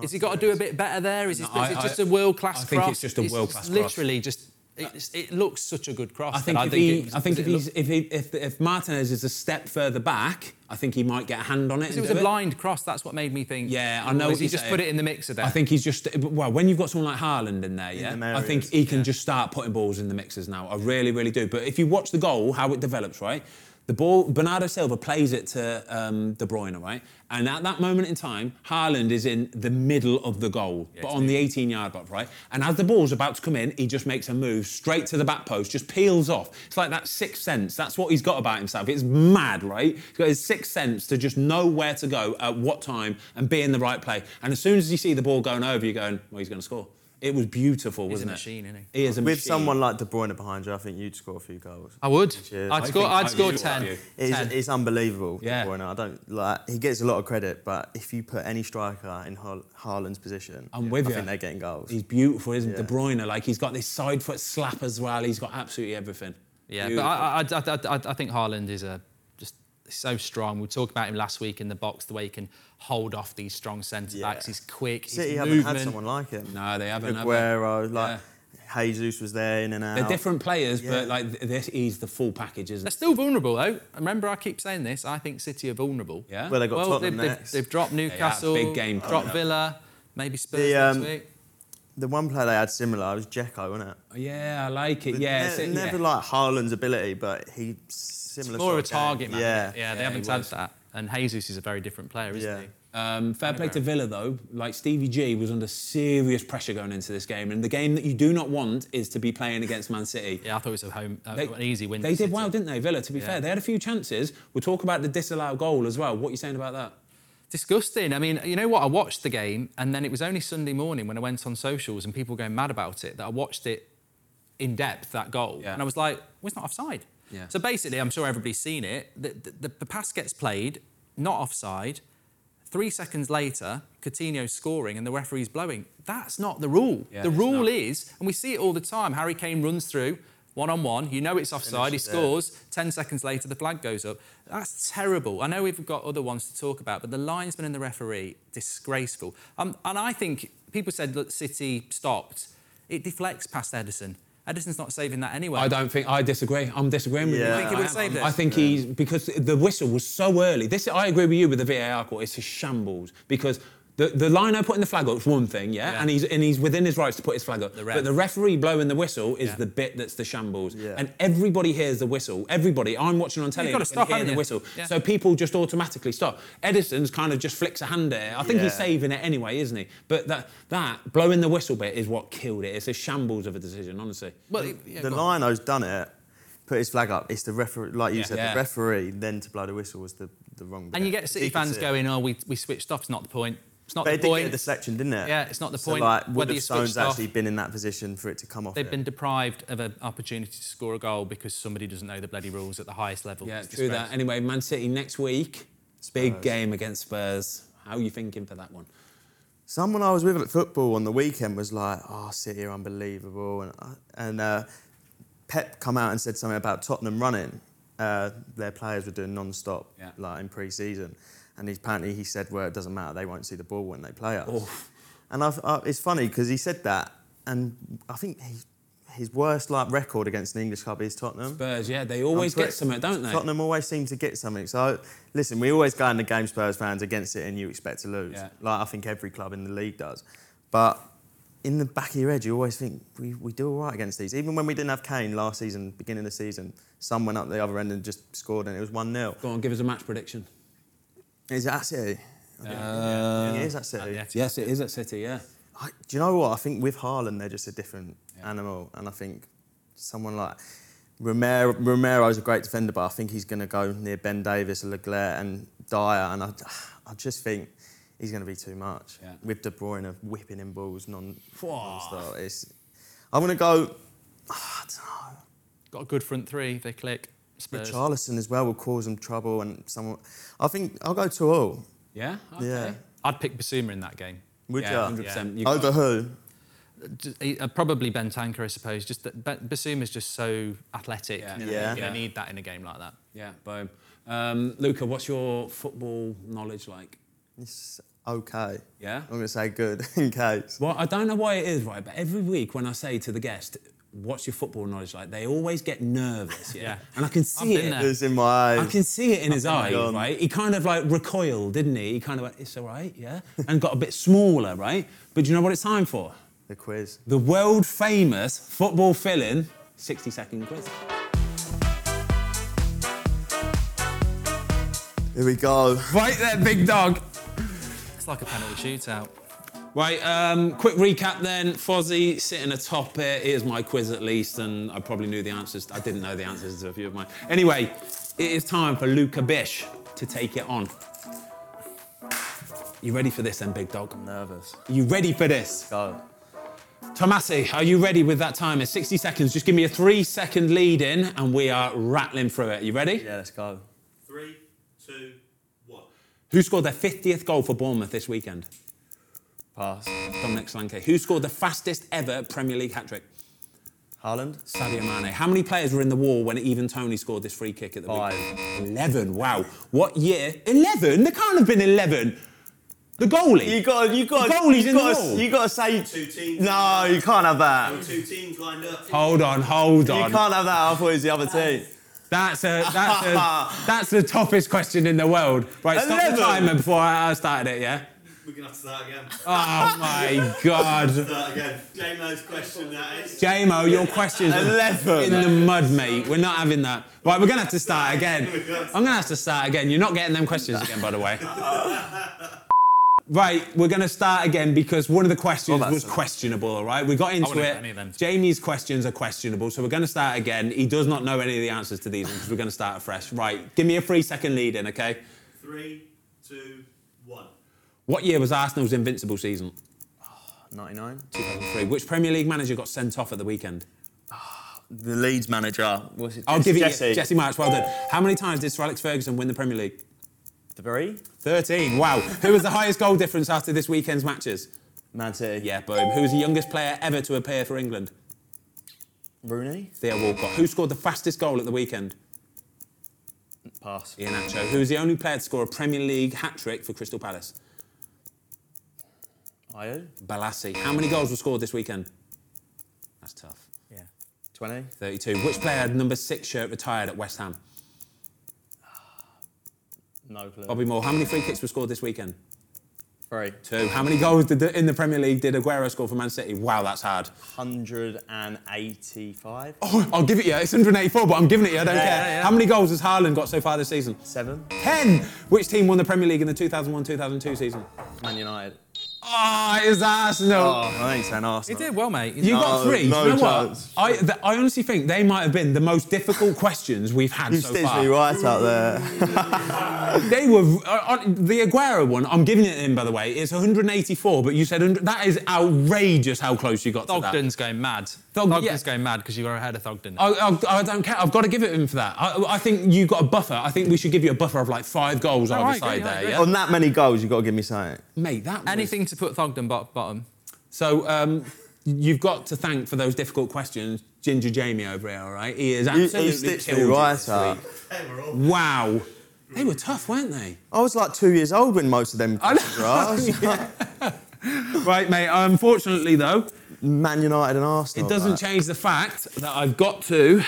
Speaker 3: Has he got to do a bit better there? Is, it,
Speaker 1: No,
Speaker 3: is it
Speaker 1: I-
Speaker 3: just
Speaker 1: I-
Speaker 3: a world class cross?
Speaker 1: I think it's just a world-class cross.
Speaker 3: Literally, just it, it looks such a good cross.
Speaker 1: I think,
Speaker 3: that
Speaker 1: if, he,
Speaker 3: it-
Speaker 1: I think
Speaker 3: does
Speaker 1: if,
Speaker 3: it
Speaker 1: he's,
Speaker 3: look-
Speaker 1: if, he, if, if Martinez is a step further back, I think he might get a hand on it.
Speaker 3: it
Speaker 1: and
Speaker 3: was
Speaker 1: do
Speaker 3: a blind cross. That's what made me think.
Speaker 1: Yeah, I
Speaker 3: or
Speaker 1: know.
Speaker 3: has
Speaker 1: what
Speaker 3: he
Speaker 1: you're
Speaker 3: just
Speaker 1: saying.
Speaker 3: put it in the mixer there.
Speaker 1: I think he's just well. When you've got someone like Haaland in there, yeah,
Speaker 2: them
Speaker 1: I think
Speaker 2: areas,
Speaker 1: he can just start putting balls in the mixers now. I really, really do. But if you watch the goal, how it develops, right? The ball, Bernardo Silva plays it to um, De Bruyne, right? And at that moment in time, Haaland is in the middle of the goal, but on the 18 yard box, right? And as the ball's about to come in, he just makes a move straight to the back post, just peels off. It's like that sixth sense. That's what he's got about himself. It's mad, right? He's got his sixth sense to just know where to go at what time and be in the right play. And as soon as you see the ball going over, you're going, well, he's going to score. It was beautiful,
Speaker 3: He's
Speaker 1: wasn't
Speaker 3: a machine,
Speaker 1: it?
Speaker 3: isn't he?
Speaker 1: He is a
Speaker 2: With
Speaker 1: machine.
Speaker 2: someone like De Bruyne behind you, I think you'd score a few goals.
Speaker 3: I would.
Speaker 2: Cheers.
Speaker 3: I'd
Speaker 2: I
Speaker 3: score.
Speaker 1: think I
Speaker 3: I'd score
Speaker 1: would,
Speaker 3: ten.
Speaker 1: yeah.
Speaker 2: It's,
Speaker 3: 10.
Speaker 2: it's unbelievable.
Speaker 3: Yeah.
Speaker 2: Yeah. I don't like. He gets a lot of credit, but if you put any striker in Har- Haaland's position,
Speaker 1: I'm with
Speaker 2: I
Speaker 1: you.
Speaker 2: think they're getting goals.
Speaker 1: He's beautiful, isn't he?
Speaker 2: Yeah.
Speaker 1: De Bruyne? Like he's got this side foot slap as well. He's got absolutely everything.
Speaker 3: Yeah, but
Speaker 1: Beautiful.
Speaker 3: I, I, I, I, I think Haaland is a just so strong. We talked about him last week in the box, the way he can hold off these strong centre backs.
Speaker 2: Yeah.
Speaker 3: He's quick.
Speaker 2: City
Speaker 3: his
Speaker 2: haven't
Speaker 3: movement.
Speaker 2: had someone like him.
Speaker 1: No, they haven't, have they?
Speaker 2: Aguero, like Jesus was there in and out.
Speaker 1: They're different players,
Speaker 2: Yeah.
Speaker 1: but like th- this, he's the full package, isn't
Speaker 3: They're
Speaker 1: it?
Speaker 3: still vulnerable though. Remember, I keep saying this. I think City are vulnerable.
Speaker 1: Yeah.
Speaker 2: Well, they got
Speaker 3: they've,
Speaker 2: Tottenham
Speaker 3: they've,
Speaker 2: next.
Speaker 3: they've dropped Newcastle.
Speaker 1: big game coming
Speaker 3: Dropped
Speaker 1: up.
Speaker 3: Villa. Maybe Spurs
Speaker 2: The, um,
Speaker 3: next week.
Speaker 2: The one player they had similar was Jeko, wasn't it?
Speaker 1: Oh, Yeah, I like it. Yeah,
Speaker 2: Ne-
Speaker 1: it's it-
Speaker 2: never
Speaker 1: yeah.
Speaker 2: like Haaland's ability, but he similar.
Speaker 3: More of a
Speaker 2: sort game.
Speaker 3: target man.
Speaker 2: Yeah,
Speaker 3: Yeah, yeah, they
Speaker 1: Yeah,
Speaker 3: haven't
Speaker 1: he
Speaker 3: had
Speaker 1: was.
Speaker 3: that. And Jesus is a very different player, isn't
Speaker 2: Yeah.
Speaker 3: he?
Speaker 1: Um, fair play to Villa though. Like Stevie G was under serious pressure going into this game, and the game that you do not want is to be playing against Man City.
Speaker 3: Yeah, I thought it was a home, uh, an easy win.
Speaker 1: They
Speaker 3: for
Speaker 1: did
Speaker 3: City.
Speaker 1: well, didn't they, Villa? To be fair, they had a few chances. We'll talk about the disallowed goal as well. What are you saying about that?
Speaker 3: disgusting. I mean, you know what? I watched the game, and then it was only Sunday morning when I went on socials and people were going mad about it that I watched it in depth that goal,
Speaker 1: Yeah.
Speaker 3: and I was like, well, it's not offside.
Speaker 1: Yeah.
Speaker 3: So basically, I'm sure everybody's seen it. The, the, the pass gets played, not offside. Three seconds later, Coutinho's scoring and the referee's blowing. That's not the rule.
Speaker 1: Yeah,
Speaker 3: the
Speaker 1: it's
Speaker 3: rule
Speaker 1: not.
Speaker 3: is, and we see it all the time. Harry Kane runs through one on one. You know it's offside. He
Speaker 2: Finishes it.
Speaker 3: scores. Ten seconds later, the flag goes up. That's terrible. I know we've got other ones to talk about, but the linesman and the referee, disgraceful. Um, and I think people said that City stopped. It deflects past Edison. Edison's not saving that anyway.
Speaker 1: I don't think I disagree. I'm disagreeing with you.
Speaker 2: Yeah. You think he
Speaker 1: I
Speaker 2: would
Speaker 1: am.
Speaker 3: save this?
Speaker 1: I think he's because the whistle was so early. This I agree with you with the VAR call. It's a shambles because. The, the lino putting the flag up is one thing, yeah?
Speaker 3: Yeah.
Speaker 1: and he's and he's within his rights to put his flag up.
Speaker 3: The ref.
Speaker 1: But the referee blowing the whistle is
Speaker 3: Yeah.
Speaker 1: the bit that's the shambles,
Speaker 2: Yeah.
Speaker 1: and everybody hears the whistle. Everybody, I'm watching on telly,
Speaker 3: gotta
Speaker 1: and I can
Speaker 3: stop,
Speaker 1: hear
Speaker 3: haven't
Speaker 1: the
Speaker 3: you?
Speaker 1: whistle,
Speaker 3: Yeah.
Speaker 1: so people just automatically stop. Edison's kind of just flicks a hand there. I think he's
Speaker 2: Yeah.
Speaker 1: saving it anyway, isn't he? But that that blowing the whistle bit is what killed it. It's a shambles of a decision, honestly.
Speaker 3: Well, it- yeah,
Speaker 2: The
Speaker 3: go on.
Speaker 2: Lino's done it. Put his flag up. It's the referee, like you
Speaker 1: Yeah.
Speaker 2: said,
Speaker 1: Yeah.
Speaker 2: the referee. Then to blow the whistle was the, the wrong.
Speaker 3: And you
Speaker 2: bit.
Speaker 3: get City
Speaker 2: He could
Speaker 3: fans
Speaker 2: see it.
Speaker 3: going, "Oh, we, we switched off. It's not the point. It's not
Speaker 2: They
Speaker 3: the
Speaker 2: did
Speaker 3: point."
Speaker 2: get the selection, didn't it?
Speaker 3: Yeah, it's not the
Speaker 2: So,
Speaker 3: point
Speaker 2: Like, would
Speaker 3: whether
Speaker 2: have
Speaker 3: you switched
Speaker 2: Stones actually
Speaker 3: off.
Speaker 2: been in that position for it to come off?
Speaker 3: They've
Speaker 2: it?
Speaker 3: been deprived of an opportunity to score a goal because somebody doesn't know the bloody rules at the highest level.
Speaker 1: Yeah,
Speaker 3: It's
Speaker 1: true that.
Speaker 3: disgraceful.
Speaker 1: Anyway, Man City next week. Big game against Spurs. How are you thinking for that one?
Speaker 2: Someone I was with at football on the weekend was like, "Oh, City are unbelievable," and I- and uh, Pep come out and said something about Tottenham running. Uh, their players were doing non-stop,
Speaker 1: Yeah.
Speaker 2: like in pre-season, and he, apparently he said, "Well, it doesn't matter. They won't see the ball when they play us." And I've, I, it's funny because he said that, and I think he, his worst like record against an English club is Tottenham.
Speaker 1: Spurs, yeah, they always
Speaker 2: I'm
Speaker 1: get
Speaker 2: pretty-
Speaker 1: something, don't they?
Speaker 2: Tottenham always seem to get something. So listen, we always go in the game Spurs fans against it, and you expect to lose.
Speaker 1: Yeah.
Speaker 2: Like I think every club in the league does. But in the back of your head, you always think we, we do all right against these. Even when we didn't have Kane last season, beginning of the season, some went up the other end and just scored, and it was one 0
Speaker 1: Go on, give us a match prediction.
Speaker 2: Is it at City? I think it is at City.
Speaker 3: Yeah.
Speaker 1: Uh, Yes, it is at City, yeah.
Speaker 2: I, do you know what? I think with Haaland, they're just a different animal. And I think someone like Romero, Romero's a great defender, but I think he's going to go near Ben Davis, Leclerc, and Dyer. And I, I just think he's going to be too much.
Speaker 1: Yeah.
Speaker 2: With De Bruyne whipping in balls non
Speaker 1: Whoa.
Speaker 2: stop. It's, I'm going to go. I don't know.
Speaker 3: Got a good front three. if They click. Spurs.
Speaker 2: Richarlison as well will cause them trouble. And someone. I think I'll go to all.
Speaker 1: Yeah? Okay.
Speaker 2: Yeah.
Speaker 3: I'd pick Basuma in that game.
Speaker 2: Would
Speaker 3: Yeah,
Speaker 2: you?
Speaker 1: 100%. You
Speaker 2: Over
Speaker 1: got-
Speaker 2: who?
Speaker 3: Just- he- uh, Probably Bentanker, I suppose. Just that Ba- Basuma's just so athletic.
Speaker 1: Yeah.
Speaker 3: You know,
Speaker 2: Yeah.
Speaker 3: You're
Speaker 1: Yeah.
Speaker 3: gonna need that in a game like that.
Speaker 1: yeah, boom. Um, Luca, what's your football knowledge like?
Speaker 2: It's okay.
Speaker 1: Yeah?
Speaker 2: I'm going to say good in case.
Speaker 1: Well, I don't know why it is, right? But every week when I say to the guest, what's your football knowledge like? They always get nervous, yeah?
Speaker 3: Yeah.
Speaker 1: And I can see
Speaker 3: been
Speaker 1: it.
Speaker 3: there.
Speaker 2: It's in my eyes.
Speaker 1: I can see it in his eyes,
Speaker 2: God.
Speaker 1: right? He kind of like recoiled, didn't he? He kind of went, it's all right, yeah? And got a bit smaller, right? But do you know what it's time for?
Speaker 2: The quiz.
Speaker 1: The world famous football fill-in 60 second quiz.
Speaker 2: Here we go.
Speaker 1: Right there, big dog.
Speaker 3: It's like a penalty shootout.
Speaker 1: Right, um, quick recap then. Fozzie sitting atop it. Here's my quiz at least, and I probably knew the answers. I didn't know the answers to a few of mine. Anyway, it is time for Luca Bish to take it on. You ready for this then, big dog?
Speaker 2: Nervous.
Speaker 1: You ready for this?
Speaker 2: Go.
Speaker 1: Tomasi, are you ready with that timer? 60 seconds. Just give me a three second lead in and we are rattling through it. You ready?
Speaker 2: Yeah, let's go.
Speaker 5: Three, two, one.
Speaker 1: Who scored their 50th goal for Bournemouth this weekend?
Speaker 2: Pass.
Speaker 1: Dominic Solanke. Who scored the fastest ever Premier League hat trick?
Speaker 2: Haaland.
Speaker 1: Sadio Mane. How many players were in the wall when even Tony scored this free kick at the
Speaker 2: Five.
Speaker 1: weekend? 11. Wow. What year? 11? There can't have been 11. The goalie.
Speaker 2: You got. You got.
Speaker 1: The goalie's
Speaker 2: you
Speaker 1: in the
Speaker 2: got.
Speaker 1: goal.
Speaker 2: You got to say.
Speaker 5: Two teams.
Speaker 2: No, you can't have that.
Speaker 5: There were two teams lined up.
Speaker 1: Hold on, hold
Speaker 2: You
Speaker 1: on.
Speaker 2: can't have that. I thought it was the other team.
Speaker 1: That's a that's a that's the toughest question in the world. Right, stop the
Speaker 2: Eleven.
Speaker 1: timer before I I started it. Yeah.
Speaker 5: We're gonna have to start again.
Speaker 1: Oh my God,
Speaker 5: Start again. J-Mo's question that is.
Speaker 1: JMO, your questions are in
Speaker 2: Eleven.
Speaker 1: the mud, mate. We're not having that. Right, we're gonna have to start again. I'm gonna have to start again. You're not getting them questions again, by the way. Right, we're going to start again because one of the questions
Speaker 2: Oh, that's
Speaker 1: was
Speaker 2: a-
Speaker 1: questionable, all right? We got into
Speaker 3: wouldn't have any of them.
Speaker 1: it. Jamie's questions are questionable, so we're going to start again. He does not know any of the answers to these because we're going to start afresh. Right, give me a three second lead in, okay?
Speaker 5: Three, two, one.
Speaker 1: What year was Arsenal's invincible season?
Speaker 2: 99.
Speaker 1: 2003. Which Premier League manager got sent off at the weekend?
Speaker 2: The Leeds manager. What's his
Speaker 1: I'll give you
Speaker 2: Jesse.
Speaker 1: Jesse March. Well done. How many times did Sir Alex Ferguson win the Premier League?
Speaker 2: Three.
Speaker 1: 13. Wow. Who was the highest goal difference after this weekend's matches?
Speaker 2: Man City.
Speaker 1: Yeah, boom. Who was the youngest player ever to appear for England?
Speaker 2: Rooney.
Speaker 1: Theo Walcott. Who scored the fastest goal at the weekend?
Speaker 2: Pass.
Speaker 1: Ian Acho. Who was the only player to score a Premier League hat trick for Crystal Palace?
Speaker 2: Io.
Speaker 1: Balassi. How many goals were scored this weekend? That's tough.
Speaker 3: Yeah.
Speaker 2: 20.
Speaker 1: 32. Which player had number six shirt retired at West Ham?
Speaker 2: No clue.
Speaker 1: Bobby Moore. How many free kicks were scored this weekend?
Speaker 2: Three.
Speaker 1: Two. How many goals did the, in the Premier League did Aguero score for Man City? Wow, that's hard.
Speaker 2: 185.
Speaker 1: Oh, I'll give it you. It's 184, but I'm giving it you. I don't
Speaker 2: Yeah,
Speaker 1: care.
Speaker 2: yeah, yeah.
Speaker 1: How many goals has Haaland got so far this season?
Speaker 2: Seven.
Speaker 1: 10. Which team won the Premier League in the 2001-2002 season?
Speaker 2: Man United.
Speaker 1: Ah, it's Arsenal.
Speaker 2: I ain't saying
Speaker 3: He
Speaker 2: Arsenal.
Speaker 3: did well, mate. He's
Speaker 1: You
Speaker 3: not-
Speaker 1: got three.
Speaker 2: Oh, no
Speaker 1: Do you know
Speaker 2: chance.
Speaker 1: what? I, th- I honestly think they might have been the most difficult questions we've had
Speaker 2: You
Speaker 1: so
Speaker 2: stitched
Speaker 1: far.
Speaker 2: me right out there.
Speaker 1: They were uh, uh, the Aguero one. I'm giving it in, by the way. It's 184, but you said 100, that is outrageous how close you got to that.
Speaker 3: Thogden's going mad.
Speaker 1: Thog-
Speaker 3: Thogden's Oh,
Speaker 1: yeah.
Speaker 3: going mad because you were ahead of Thogden.
Speaker 1: I, I, I don't care. I've got to give it in for that. I, I think you got a buffer. I think we should give you a buffer of like five goals either
Speaker 3: right,
Speaker 1: side
Speaker 3: yeah, yeah,
Speaker 1: there.
Speaker 3: I
Speaker 1: Yeah,
Speaker 3: agree.
Speaker 2: On that many goals, you've got to give me something.
Speaker 1: mate. That was-
Speaker 3: Anything to put Thogden bot- bottom.
Speaker 1: So um, you've got to thank for those difficult questions, Ginger Jamie over here. All right, he is
Speaker 2: You,
Speaker 1: absolutely
Speaker 2: you stitched me
Speaker 1: killed it
Speaker 2: right
Speaker 1: this
Speaker 2: up.
Speaker 1: week.
Speaker 5: Hey, we're all.
Speaker 1: Wow, they were tough, weren't they?
Speaker 2: I was like two years old when most of them
Speaker 1: know.
Speaker 2: questions were asked.
Speaker 1: Right, mate. Unfortunately, though,
Speaker 2: Man United and
Speaker 1: it
Speaker 2: Arsenal.
Speaker 1: doesn't
Speaker 2: like.
Speaker 1: change the fact that I've got to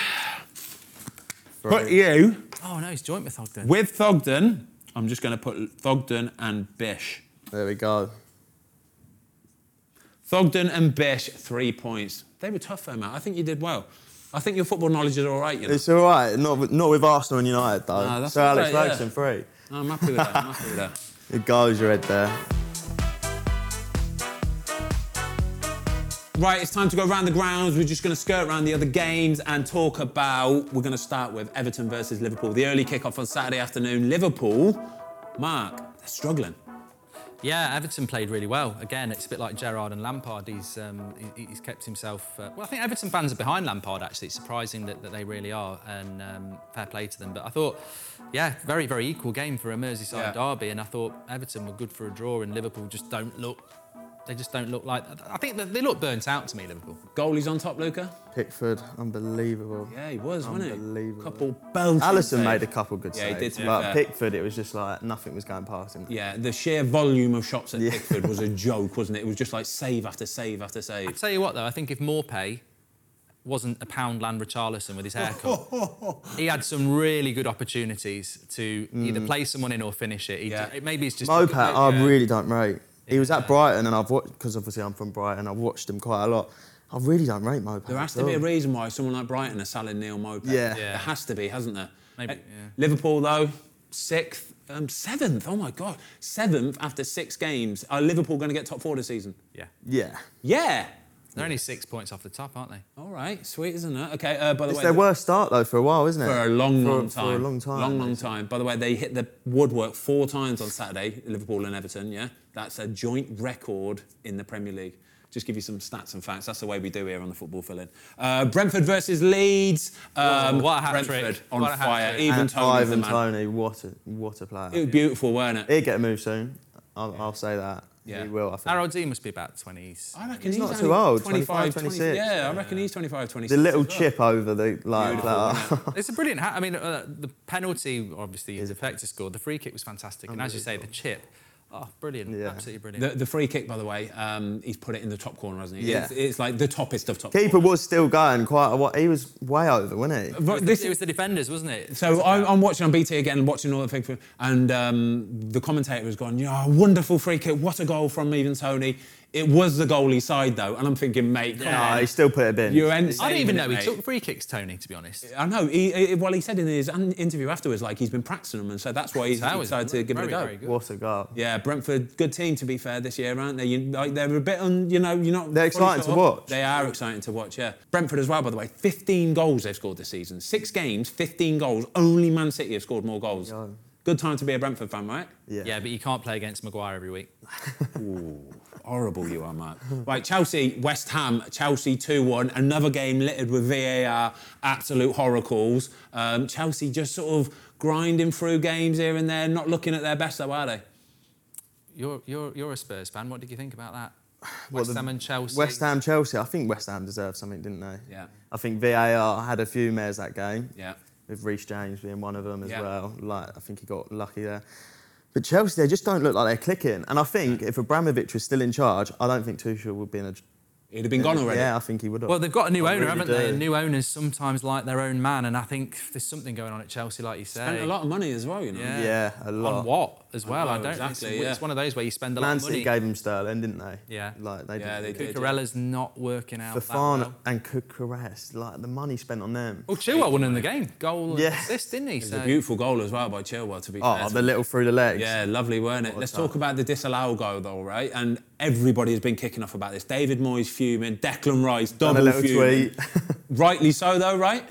Speaker 1: put
Speaker 2: Right.
Speaker 1: you
Speaker 3: Oh no, he's joint with Thogden.
Speaker 1: with Thogden. I'm just going to put Thogden and Bish.
Speaker 2: There we go.
Speaker 1: Thogden and Bish, three points. They were tough, though, Matt. I think you did well. I think your football knowledge is all right, you know.
Speaker 2: It's all right. Not with, not with Arsenal and United though.
Speaker 1: No, that's
Speaker 2: so
Speaker 1: all right,
Speaker 2: Alex
Speaker 1: yeah.
Speaker 2: Ferguson three.
Speaker 1: I'm happy with that. I'm happy with that.
Speaker 2: It goes your head there.
Speaker 1: Right, it's time to go around the grounds. We're just going to skirt around the other games and talk about. We're going to start with Everton versus Liverpool. The early kickoff on Saturday afternoon. Liverpool, Mark, they're struggling.
Speaker 3: Yeah, Everton played really well. Again, it's a bit like Gerard and Lampard. He's um, he, he's kept himself. Uh, well, I think Everton fans are behind Lampard. Actually, it's surprising that, that they really are, and um, fair play to them. But I thought, yeah, very very equal game for a Merseyside
Speaker 1: Yeah.
Speaker 3: derby, and I thought Everton were good for a draw, and Liverpool just don't look. They just don't look like. I think that they look burnt out to me, Liverpool.
Speaker 1: Goalie's on top, Luca.
Speaker 2: Pickford, unbelievable.
Speaker 1: Yeah, he was, wasn't he?
Speaker 2: Unbelievable.
Speaker 1: Couple belts.
Speaker 2: Allison made a couple good
Speaker 1: Yeah, he
Speaker 2: saves.
Speaker 1: did, to be
Speaker 2: But
Speaker 1: fair.
Speaker 2: Pickford, it was just like nothing was going past him.
Speaker 1: Yeah, the sheer volume of shots at
Speaker 2: Yeah.
Speaker 1: Pickford was a joke, wasn't it? It was just like save after save after
Speaker 3: I
Speaker 1: save.
Speaker 3: tell you what, though, I think if Morpay wasn't a pound land Richarlison with his haircut, he had some really good opportunities to either play someone in or finish it. He
Speaker 1: Yeah.
Speaker 3: d- maybe it's just
Speaker 2: Mopat, I
Speaker 3: Yeah.
Speaker 2: really don't rate. He was at Brighton, and I've watched because obviously I'm from Brighton. I've watched him quite a lot. I really don't rate Mopat.
Speaker 1: There has
Speaker 2: at
Speaker 1: to be a
Speaker 2: all.
Speaker 1: reason why someone like Brighton are selling Neil Moped.
Speaker 2: Yeah. Yeah.
Speaker 1: There has to be, hasn't there?
Speaker 3: Maybe,
Speaker 1: Eh,
Speaker 3: yeah.
Speaker 1: Liverpool, though, sixth, um, seventh. Oh my God. Seventh after six games. Are Liverpool going to get top four this season?
Speaker 3: Yeah.
Speaker 2: Yeah,
Speaker 1: Yeah.
Speaker 3: They're only six points off the top, aren't they?
Speaker 1: All right. Sweet, isn't it? Okay. Uh, by the
Speaker 2: it's
Speaker 1: way,
Speaker 2: their worst start though for a while, isn't it?
Speaker 1: for a long,
Speaker 2: For-
Speaker 1: long time.
Speaker 2: For a long time.
Speaker 1: Long, long time. By the way, they hit the woodwork four times on Saturday, Liverpool and Everton, yeah? That's a joint record in the Premier League. just give you some stats and facts. That's the way we do here on the football fill in. Uh, Brentford versus Leeds. Um,
Speaker 3: Whoa, what a hat-trick.
Speaker 1: Brentford on
Speaker 3: What a
Speaker 1: fire.
Speaker 3: hat-trick.
Speaker 1: Even
Speaker 2: And
Speaker 1: Tony's the
Speaker 2: Ivan
Speaker 1: man.
Speaker 2: Tony, what a what a player.
Speaker 1: It was beautiful, weren't it?
Speaker 2: He'll get a move soon. I'll, I'll say that.
Speaker 1: Yeah.
Speaker 2: He will. I think.
Speaker 3: Harold Dean must be about 20s.
Speaker 1: I reckon
Speaker 2: He's
Speaker 1: he's
Speaker 2: not
Speaker 1: only
Speaker 2: too old,
Speaker 1: 25,
Speaker 2: 25, 26.
Speaker 1: Yeah, I reckon he's 25, 26.
Speaker 2: the little
Speaker 1: as well.
Speaker 2: chip over the like. that.
Speaker 3: It's a brilliant hat. I mean, uh, the penalty obviously is effective scored. The free kick was fantastic, and as you say, the chip, oh, brilliant,
Speaker 2: Yeah.
Speaker 3: absolutely brilliant.
Speaker 1: The, the free kick, by the way, um, he's put it in the top corner, hasn't he?
Speaker 2: Yeah.
Speaker 1: It's, it's like the toppest of top.
Speaker 2: Keeper was still going quite a while. He was way over, wasn't he?
Speaker 1: But
Speaker 3: this,
Speaker 1: this
Speaker 3: it was the defenders, wasn't it?
Speaker 1: So I'm, I'm watching on BT again, watching all the things, and um, the commentator has gone, "Yeah, wonderful free kick! What a goal from even Tony." It was the goalie side though, and I'm thinking, mate, come
Speaker 2: No,
Speaker 1: on.
Speaker 2: he still put it in.
Speaker 1: You're en-
Speaker 3: I didn't even know he
Speaker 1: mate.
Speaker 3: took free kicks, Tony. To be honest,
Speaker 1: I know. He, he, well, he said in his un- interview afterwards, like he's been practicing them, and so that's why he's
Speaker 3: That was
Speaker 1: decided to give it a
Speaker 3: very,
Speaker 1: go.
Speaker 3: very good.
Speaker 2: What a goal.
Speaker 1: Yeah, Brentford, good team to be fair this year, aren't they? You, like, they're a bit on, you know, you're not.
Speaker 2: They're
Speaker 1: fully
Speaker 2: exciting
Speaker 1: sort
Speaker 2: to
Speaker 1: of-
Speaker 2: watch.
Speaker 1: They are exciting to watch, yeah. Brentford as well, by the way, 15 goals they've scored this season. Six games, 15 goals. Only Man City have scored more goals. Good time to be a Brentford fan, right?
Speaker 3: yeah. but you can't play against Maguire every week.
Speaker 1: Horrible you are, Mark. right, Chelsea, West Ham, Chelsea 2 1. Another game littered with VAR, absolute horacles. Um, Chelsea just sort of grinding through games here and there, not looking at their best, though, are they?
Speaker 3: You're you're you're a Spurs fan. What did you think about that?
Speaker 2: Well,
Speaker 3: West
Speaker 2: the-
Speaker 3: Ham and Chelsea.
Speaker 2: West Ham, Chelsea. I think West Ham deserved something, didn't they?
Speaker 1: Yeah.
Speaker 2: I think VAR had a few mares that game.
Speaker 1: Yeah.
Speaker 2: With Reece James being one of them as
Speaker 1: Yeah.
Speaker 2: well. Like I think he got lucky there. But Chelsea, they just don't look like they're clicking. And I think if Abramovich was still in charge, I don't think Tuchel would be in a.
Speaker 1: He'd have been gone already.
Speaker 2: Yeah, I think he would have.
Speaker 3: Well, they've got a new
Speaker 2: I
Speaker 3: owner,
Speaker 2: really
Speaker 3: haven't
Speaker 2: do.
Speaker 3: they? And new owners sometimes like their own man, and I think there's something going on at Chelsea, like you say.
Speaker 1: Spent a lot of money as well, you know.
Speaker 3: Yeah.
Speaker 2: Yeah, a lot.
Speaker 3: On what as well? I,
Speaker 1: know,
Speaker 3: don't.
Speaker 1: exactly,
Speaker 3: it's,
Speaker 1: yeah.
Speaker 3: it's one of those where you spend a lot
Speaker 2: Man
Speaker 3: of
Speaker 2: City
Speaker 3: money.
Speaker 2: gave him Sterling, didn't they?
Speaker 3: Yeah.
Speaker 2: Like they
Speaker 1: Yeah,
Speaker 2: did.
Speaker 1: they did.
Speaker 3: Cucurella's not working out. that
Speaker 2: Fafana
Speaker 3: well.
Speaker 2: and Kukureas, like the money spent on them.
Speaker 3: Well, Chilwell won in the game. Goal and
Speaker 2: Yeah.
Speaker 3: assist, didn't he?
Speaker 1: It was a
Speaker 3: So-
Speaker 1: beautiful goal as well by Chilwell, to be fair.
Speaker 2: Oh,
Speaker 1: to
Speaker 2: the
Speaker 1: him.
Speaker 2: little through the legs.
Speaker 1: Yeah, lovely, weren't it?
Speaker 2: What a
Speaker 1: Let's
Speaker 2: time.
Speaker 1: talk about the disallow goal, though, right? And everybody has been kicking off about this. David Moyes fuming, Declan Rice
Speaker 2: And
Speaker 1: double
Speaker 2: a little
Speaker 1: fuming.
Speaker 2: tweet.
Speaker 1: Rightly so, though, right?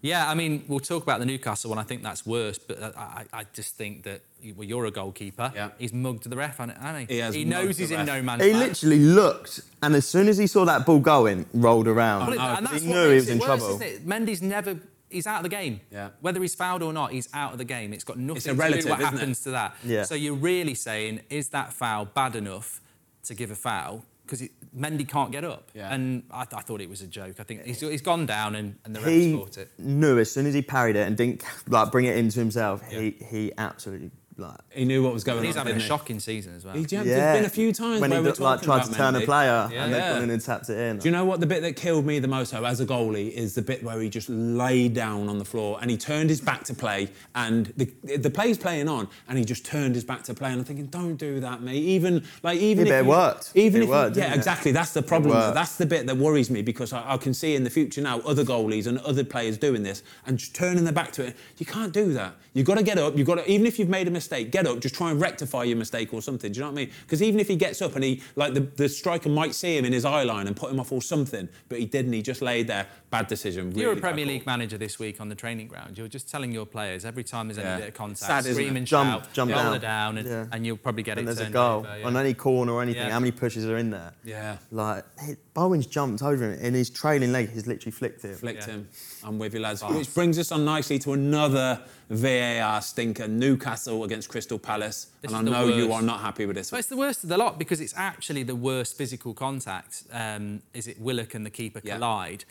Speaker 3: Yeah, I mean, we'll talk about the Newcastle one. I think that's worse, but I, I I just think that well, you're a goalkeeper.
Speaker 1: Yeah.
Speaker 3: He's mugged the ref, hasn't hasn't he?
Speaker 1: He has mugged
Speaker 3: knows he's
Speaker 1: the
Speaker 3: in
Speaker 1: ref.
Speaker 3: no man's
Speaker 2: He
Speaker 3: land.
Speaker 2: literally looked, and as soon as he saw that ball going, rolled around.
Speaker 3: Well, and that's
Speaker 2: he
Speaker 3: what
Speaker 2: knew he
Speaker 3: makes
Speaker 2: was
Speaker 3: it
Speaker 2: in
Speaker 3: worse,
Speaker 2: trouble.
Speaker 3: isn't it? Mendy's never. He's out of the game.
Speaker 1: Yeah.
Speaker 3: Whether he's fouled or not, he's out of the game. It's got nothing
Speaker 1: It's
Speaker 3: to
Speaker 1: irrelative,
Speaker 3: do with what
Speaker 1: isn't it?
Speaker 3: happens to that.
Speaker 2: Yeah.
Speaker 3: So you're really saying, is that foul bad enough to give a foul? Because Mendy can't get up.
Speaker 1: Yeah.
Speaker 3: And I, I thought it was a joke. I think he's, he's gone down and, and the ref's
Speaker 2: He
Speaker 3: caught it.
Speaker 2: knew as soon as he parried it and didn't like bring it into himself. He he absolutely like.
Speaker 1: He knew what was going
Speaker 3: And
Speaker 1: on.
Speaker 3: he's having a
Speaker 1: didn't he?
Speaker 3: shocking season as well.
Speaker 1: He jumped.
Speaker 2: Yeah.
Speaker 1: There's been a few times
Speaker 2: when
Speaker 1: where
Speaker 2: he
Speaker 1: we're
Speaker 2: looked, like
Speaker 1: talking
Speaker 2: tried
Speaker 1: about
Speaker 2: to turn
Speaker 1: Mendy.
Speaker 2: a player
Speaker 3: Yeah.
Speaker 2: and they've
Speaker 1: Yeah.
Speaker 2: gone in and tapped it in.
Speaker 1: Do you know what the bit that killed me the most though, as a goalie, is the bit where he just lay down on the floor and he turned his back to play, and the the play's playing on, and he just turned his back to play, and I'm thinking, don't do that, mate. Even like even
Speaker 2: Yeah, but
Speaker 1: if
Speaker 2: it
Speaker 1: you-
Speaker 2: worked.
Speaker 1: even
Speaker 2: It
Speaker 1: if you-
Speaker 2: worked,
Speaker 1: yeah,
Speaker 2: didn't it?
Speaker 1: exactly. That's the problem. though.
Speaker 2: worked.
Speaker 1: That's the bit that worries me because I, I can see in the future now other goalies and other players doing this and just turning their back to it. You can't do that. You've got to get up. You've got to even if you've made a mistake, get up. Just try and rectify your mistake or something. Do you know what I mean? Because even if he gets up and he like the, the striker might see him in his eye line and put him off or something, but he didn't. He just laid there. Bad decision.
Speaker 3: You're
Speaker 1: really
Speaker 3: a Premier
Speaker 1: bad
Speaker 3: League
Speaker 1: call.
Speaker 3: manager this week on the training ground. You're just telling your players every time there's any
Speaker 1: Yeah.
Speaker 3: bit of contact,
Speaker 1: Sad, isn't it?
Speaker 3: scream and
Speaker 2: Jump-
Speaker 3: shout,
Speaker 2: jump
Speaker 3: roll
Speaker 2: down.
Speaker 3: her down, and,
Speaker 2: Yeah.
Speaker 3: and you'll probably get
Speaker 2: and
Speaker 3: it.
Speaker 2: there's a
Speaker 3: turned
Speaker 2: goal
Speaker 3: over, yeah.
Speaker 2: on any corner or anything.
Speaker 3: Yeah.
Speaker 2: How many pushes are in there?
Speaker 1: Yeah.
Speaker 2: Like he, Bowen's jumped over him in his trailing leg. He's literally flicked it.
Speaker 1: Flicked
Speaker 3: Yeah.
Speaker 1: him. I'm with you, lads. Which brings us on nicely to another VAR stinker: Newcastle against Crystal Palace.
Speaker 3: This
Speaker 1: and
Speaker 3: is
Speaker 1: I
Speaker 3: the
Speaker 1: know you
Speaker 3: worst.
Speaker 1: are not happy with this.
Speaker 3: But
Speaker 1: one.
Speaker 3: it's the worst of the lot because it's actually the worst physical contact. Um, is it Willock and the keeper
Speaker 1: Yeah.
Speaker 3: collide?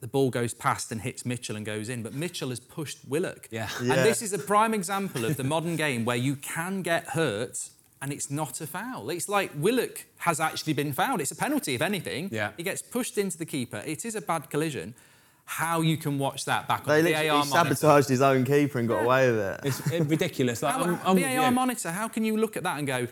Speaker 3: The ball goes past and hits Mitchell and goes in, but Mitchell has pushed Willock.
Speaker 1: Yeah.
Speaker 2: Yeah.
Speaker 3: And this is a prime example of the modern game where you can get hurt and it's not a foul. It's like Willock has actually been fouled. It's a penalty, if anything.
Speaker 1: Yeah.
Speaker 3: He gets pushed into the keeper. It is a bad collision. How you can watch that back
Speaker 2: They
Speaker 3: on
Speaker 2: literally
Speaker 3: VAR
Speaker 2: he
Speaker 3: monitor.
Speaker 2: sabotaged his own keeper and got away with it.
Speaker 1: It's uh, ridiculous. Like,
Speaker 3: How,
Speaker 1: I'm, I'm with
Speaker 3: VAR
Speaker 1: you.
Speaker 3: monitor, how can you look at that and go,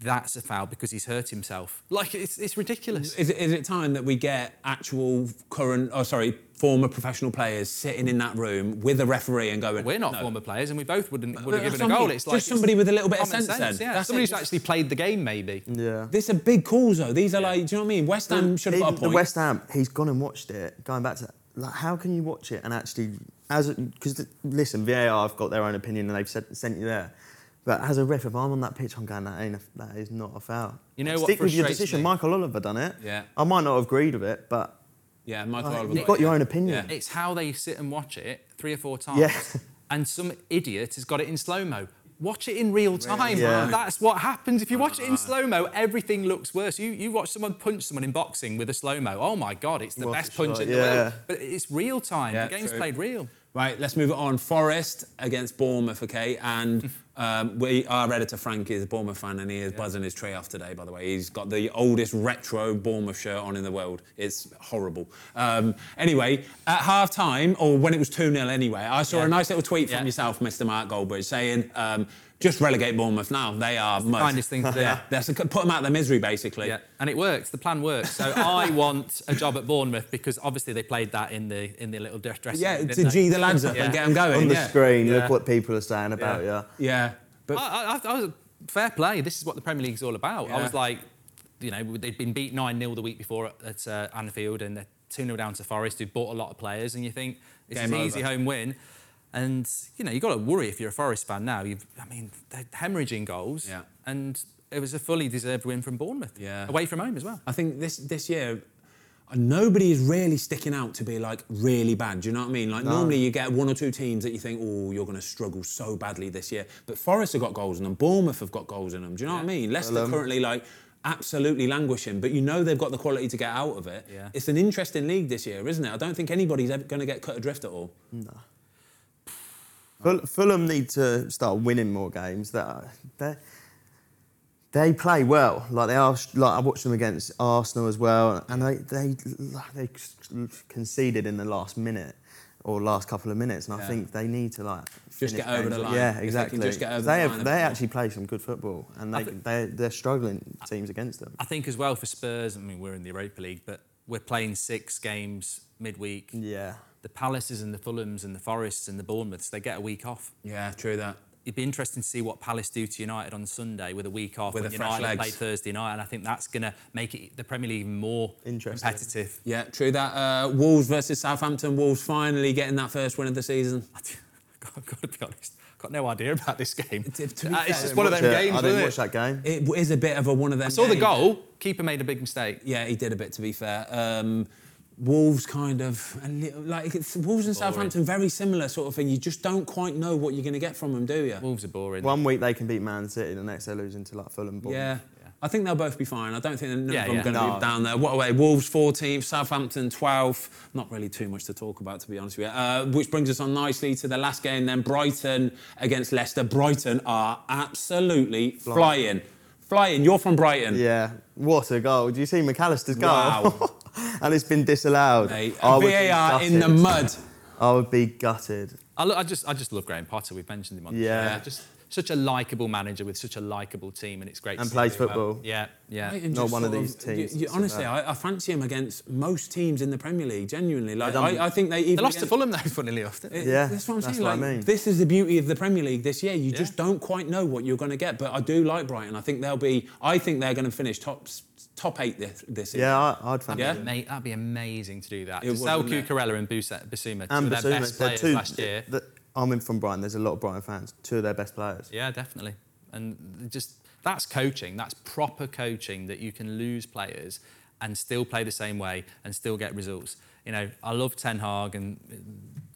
Speaker 3: that's a foul because he's hurt himself? Like, it's, it's ridiculous.
Speaker 1: Is it, is it time that we get actual current, oh sorry, former professional players sitting in that room with a referee and going?
Speaker 3: We're not
Speaker 1: "No."
Speaker 3: former players and we both wouldn't would
Speaker 1: But
Speaker 3: have given a
Speaker 1: somebody-
Speaker 3: goal. It's like
Speaker 1: just somebody with a little bit of
Speaker 3: common
Speaker 1: sense then.
Speaker 3: Yeah.
Speaker 1: That's
Speaker 3: somebody
Speaker 1: it,
Speaker 3: who's
Speaker 1: just-
Speaker 3: actually played the game, maybe.
Speaker 2: yeah.
Speaker 1: This are big calls though. These are like, do you know what I mean? West Ham should have got a
Speaker 2: Even
Speaker 1: point.
Speaker 2: The West Ham, he's gone and watched it. Going back to like, how can you watch it and actually as because listen, VAR have got their own opinion and they've said, sent you there. But as a ref, if I'm on that pitch, I'm going, that ain't a, that is not a foul.
Speaker 3: You know what
Speaker 2: Stick with your
Speaker 3: frustrates
Speaker 2: decision.
Speaker 3: me?
Speaker 2: Michael Oliver done it.
Speaker 3: Yeah.
Speaker 2: I might not have agreed with it, but
Speaker 1: Yeah, Michael
Speaker 2: like,
Speaker 1: Oliver.
Speaker 2: you've
Speaker 1: got
Speaker 2: got your own opinion.
Speaker 3: It's how they sit and watch it three or four times.
Speaker 2: Yeah.
Speaker 3: And some idiot has got it in slow mo. Watch it in real time.
Speaker 2: Yeah.
Speaker 3: That's what happens. If you watch it in slow mo, everything looks worse. You you watch someone punch someone in boxing with a slow mo. Oh my God, it's the
Speaker 2: What a
Speaker 3: best punch
Speaker 2: shot,
Speaker 3: in the
Speaker 2: yeah.
Speaker 3: world. But it's real time.
Speaker 1: Yeah,
Speaker 3: the game's
Speaker 1: true.
Speaker 3: played real.
Speaker 1: Right, let's move it on. Forest against Bournemouth, okay? And um, we, our editor Frank is a Bournemouth fan and he is buzzing his tree off today, by the way. He's got the oldest retro Bournemouth shirt on in the world. It's horrible. Um, anyway, at half time, or when it was 2 0 anyway, I saw a
Speaker 3: Yeah.
Speaker 1: nice little tweet from
Speaker 3: Yeah.
Speaker 1: yourself, Mr. Mark Goldbridge, saying, um, just relegate Bournemouth now. They are most.
Speaker 3: kindest thing to do.
Speaker 1: Yeah, that's a, put them out of their misery, basically.
Speaker 3: Yeah, and it works. The plan works. So I want a job at Bournemouth because obviously they played that in the in the little dress. dressing
Speaker 1: Yeah,
Speaker 3: room,
Speaker 1: to
Speaker 3: didn't they?
Speaker 1: G the lads up
Speaker 3: Yeah.
Speaker 1: and get them going.
Speaker 2: on the
Speaker 1: yeah.
Speaker 2: screen,
Speaker 1: Yeah.
Speaker 2: look what people are saying about
Speaker 3: Yeah.
Speaker 2: you.
Speaker 1: Yeah. But
Speaker 3: I, I, I was fair play. This is what the Premier League's all about. I
Speaker 1: Yeah.
Speaker 3: was like, you know, they'd been beat nine 0 the week before at, at uh, Anfield, and they're two 0 down to Forest, who bought a lot of players, and you think it's
Speaker 1: Game
Speaker 3: an easy
Speaker 1: over.
Speaker 3: home win. And you know, you got to worry if you're a Forest fan now. You've, I mean, they're hemorrhaging goals,
Speaker 1: Yeah.
Speaker 3: and it was a fully deserved win from Bournemouth,
Speaker 1: Yeah.
Speaker 3: away from home as well.
Speaker 1: I think this this year, uh, nobody is really sticking out to be like really bad. Do you know what I mean? Like normally you get one or two teams that you think, oh, you're going to struggle so badly this year. But Forest have got goals in them. Bournemouth have got goals in them. Do you know what I mean? Leicester
Speaker 2: Fulham.
Speaker 1: currently like absolutely languishing, but you know they've got the quality to get out of it.
Speaker 3: Yeah.
Speaker 1: It's an interesting league this year, isn't it? I don't think anybody's ever going to get cut adrift at all.
Speaker 2: Ful- Fulham need to start winning more games. That are- they they play well. Like they are. Like I watched them against Arsenal as well, and they they they conceded in the last minute or last couple of minutes, and I
Speaker 1: Yeah.
Speaker 2: think they need to like
Speaker 1: Just
Speaker 2: finish
Speaker 1: get over
Speaker 2: games.
Speaker 1: the line. If
Speaker 2: Yeah,
Speaker 1: they can
Speaker 2: exactly.
Speaker 1: just get over
Speaker 2: they
Speaker 1: the
Speaker 2: have,
Speaker 1: line,
Speaker 2: they
Speaker 1: they'll-
Speaker 2: actually play some good football, and they they they're struggling teams against them.
Speaker 3: I think as well for Spurs. I mean, we're in the Europa League, but we're playing six games midweek.
Speaker 2: Yeah.
Speaker 3: The Palaces and the Fulhams and the Forests and the Bournemouths, they get a week off.
Speaker 1: Yeah, true that.
Speaker 3: It'd be interesting to see what Palace do to United on Sunday with a week off.
Speaker 1: With
Speaker 3: when
Speaker 1: a fresh
Speaker 3: United
Speaker 1: legs.
Speaker 3: play Thursday night, and I think that's going to make it the Premier League even more
Speaker 2: Interesting.
Speaker 3: competitive.
Speaker 1: Yeah, true that. Uh, Wolves versus Southampton. Wolves finally getting that first win of the season.
Speaker 3: I've got to be honest, I've got no idea about this game.
Speaker 1: To- to be
Speaker 3: Uh,
Speaker 1: fair,
Speaker 3: it's just one of them
Speaker 2: Yeah,
Speaker 3: games.
Speaker 2: I didn't
Speaker 3: isn't
Speaker 2: watch
Speaker 3: it?
Speaker 2: that game.
Speaker 1: It w- is a bit of a one of them.
Speaker 3: I saw the
Speaker 1: games.
Speaker 3: goal. Keeper made a big mistake.
Speaker 1: Yeah, he did a bit. To be fair, um, Wolves kind of a little, like it's, Wolves and Southampton very similar sort of thing. You just don't quite know what you're going to get from them, do you?
Speaker 3: Wolves are boring.
Speaker 2: One week they can beat Man City, the next they're losing to like Fulham. Bournemouth.
Speaker 1: yeah. I think they'll both be fine. I don't think none
Speaker 3: Yeah,
Speaker 1: of them
Speaker 3: yeah.
Speaker 1: going to
Speaker 2: No.
Speaker 1: be down there. What away? Wolves 14th, Southampton 12th. Not really too much to talk about, to be honest with you. Uh, which brings us on nicely to the last game then Brighton against Leicester. Brighton are absolutely flying. Flying. You're from Brighton.
Speaker 2: Yeah, what a goal. Do you see McAllister's goal?
Speaker 1: Wow.
Speaker 2: and it's been disallowed.
Speaker 1: Mate,
Speaker 2: I would be
Speaker 1: VAR in the
Speaker 2: gutted.
Speaker 1: mud.
Speaker 2: I would be gutted.
Speaker 3: I, lo- I just, I just love Graham Potter. We've mentioned him on. the
Speaker 2: Yeah.
Speaker 3: show. just such a likable manager with such a likable team, and it's great. to
Speaker 2: And
Speaker 3: see
Speaker 2: plays
Speaker 3: him do well.
Speaker 2: football.
Speaker 3: Yeah, yeah.
Speaker 1: Brighton
Speaker 2: Uh, Not
Speaker 1: just
Speaker 2: one of
Speaker 1: sort
Speaker 2: these teams
Speaker 1: you- you-
Speaker 2: that's
Speaker 1: honestly,
Speaker 2: about-
Speaker 1: I, I fancy him against most teams in the Premier League. Genuinely, like
Speaker 2: Yeah.
Speaker 1: I, I think they even
Speaker 3: They lost to
Speaker 1: against-
Speaker 3: Fulham though, funnily enough. didn't they?
Speaker 2: Yeah,
Speaker 1: that's what I'm
Speaker 2: that's
Speaker 1: saying.
Speaker 2: what I
Speaker 1: like,
Speaker 2: mean.
Speaker 1: This is the beauty of the Premier League this year. You just don't quite know what you're going to get. But I do like Brighton. I think they'll be. I think they're going to finish top s- top eight this this season.
Speaker 2: Yeah, I, I'd fancy
Speaker 1: Yeah.
Speaker 2: it.
Speaker 3: Mate, that'd be amazing to do that.
Speaker 1: It
Speaker 3: To sell
Speaker 1: would, wouldn't it?
Speaker 3: Cucurella and Busa- Basuma, two
Speaker 2: And
Speaker 3: of their best
Speaker 2: Basuma, they're
Speaker 3: players
Speaker 2: two.
Speaker 3: last year.
Speaker 2: th- I'm in from Brighton. There's a lot of Brighton fans. Two of their best players.
Speaker 3: yeah, definitely. And just that's coaching. That's proper coaching that you can lose players and still play the same way and still get results. You know, I love Ten Hag and uh,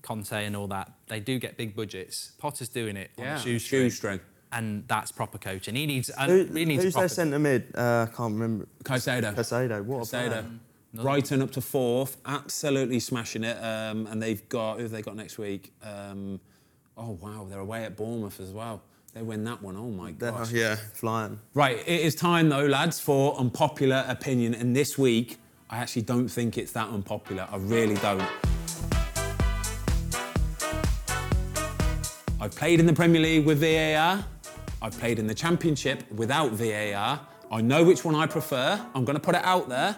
Speaker 3: Conte and all that. They do get big budgets. Potter's doing it on
Speaker 1: Yeah,
Speaker 3: a shoestring.
Speaker 1: shoestring.
Speaker 3: And that's proper coaching. He needs. And
Speaker 2: Who-
Speaker 3: he needs a
Speaker 2: who's their
Speaker 3: proper.
Speaker 2: centre mid? Uh, I can't remember.
Speaker 1: Caicedo.
Speaker 2: Casado. What a player.
Speaker 1: Caicedo. uh, Brighton up to fourth, absolutely smashing it. Um, and they've got who have they got next week? Um, oh wow, they're away at Bournemouth as well. They win that one. Oh my
Speaker 2: They're-
Speaker 1: gosh.
Speaker 2: yeah, flying.
Speaker 1: Right, it is time though, lads, for unpopular opinion. And this week, I actually don't think it's that unpopular. I really don't. I've played in the Premier League with VAR. I've played in the Championship without VAR. I know which one I prefer. I'm going to put it out there.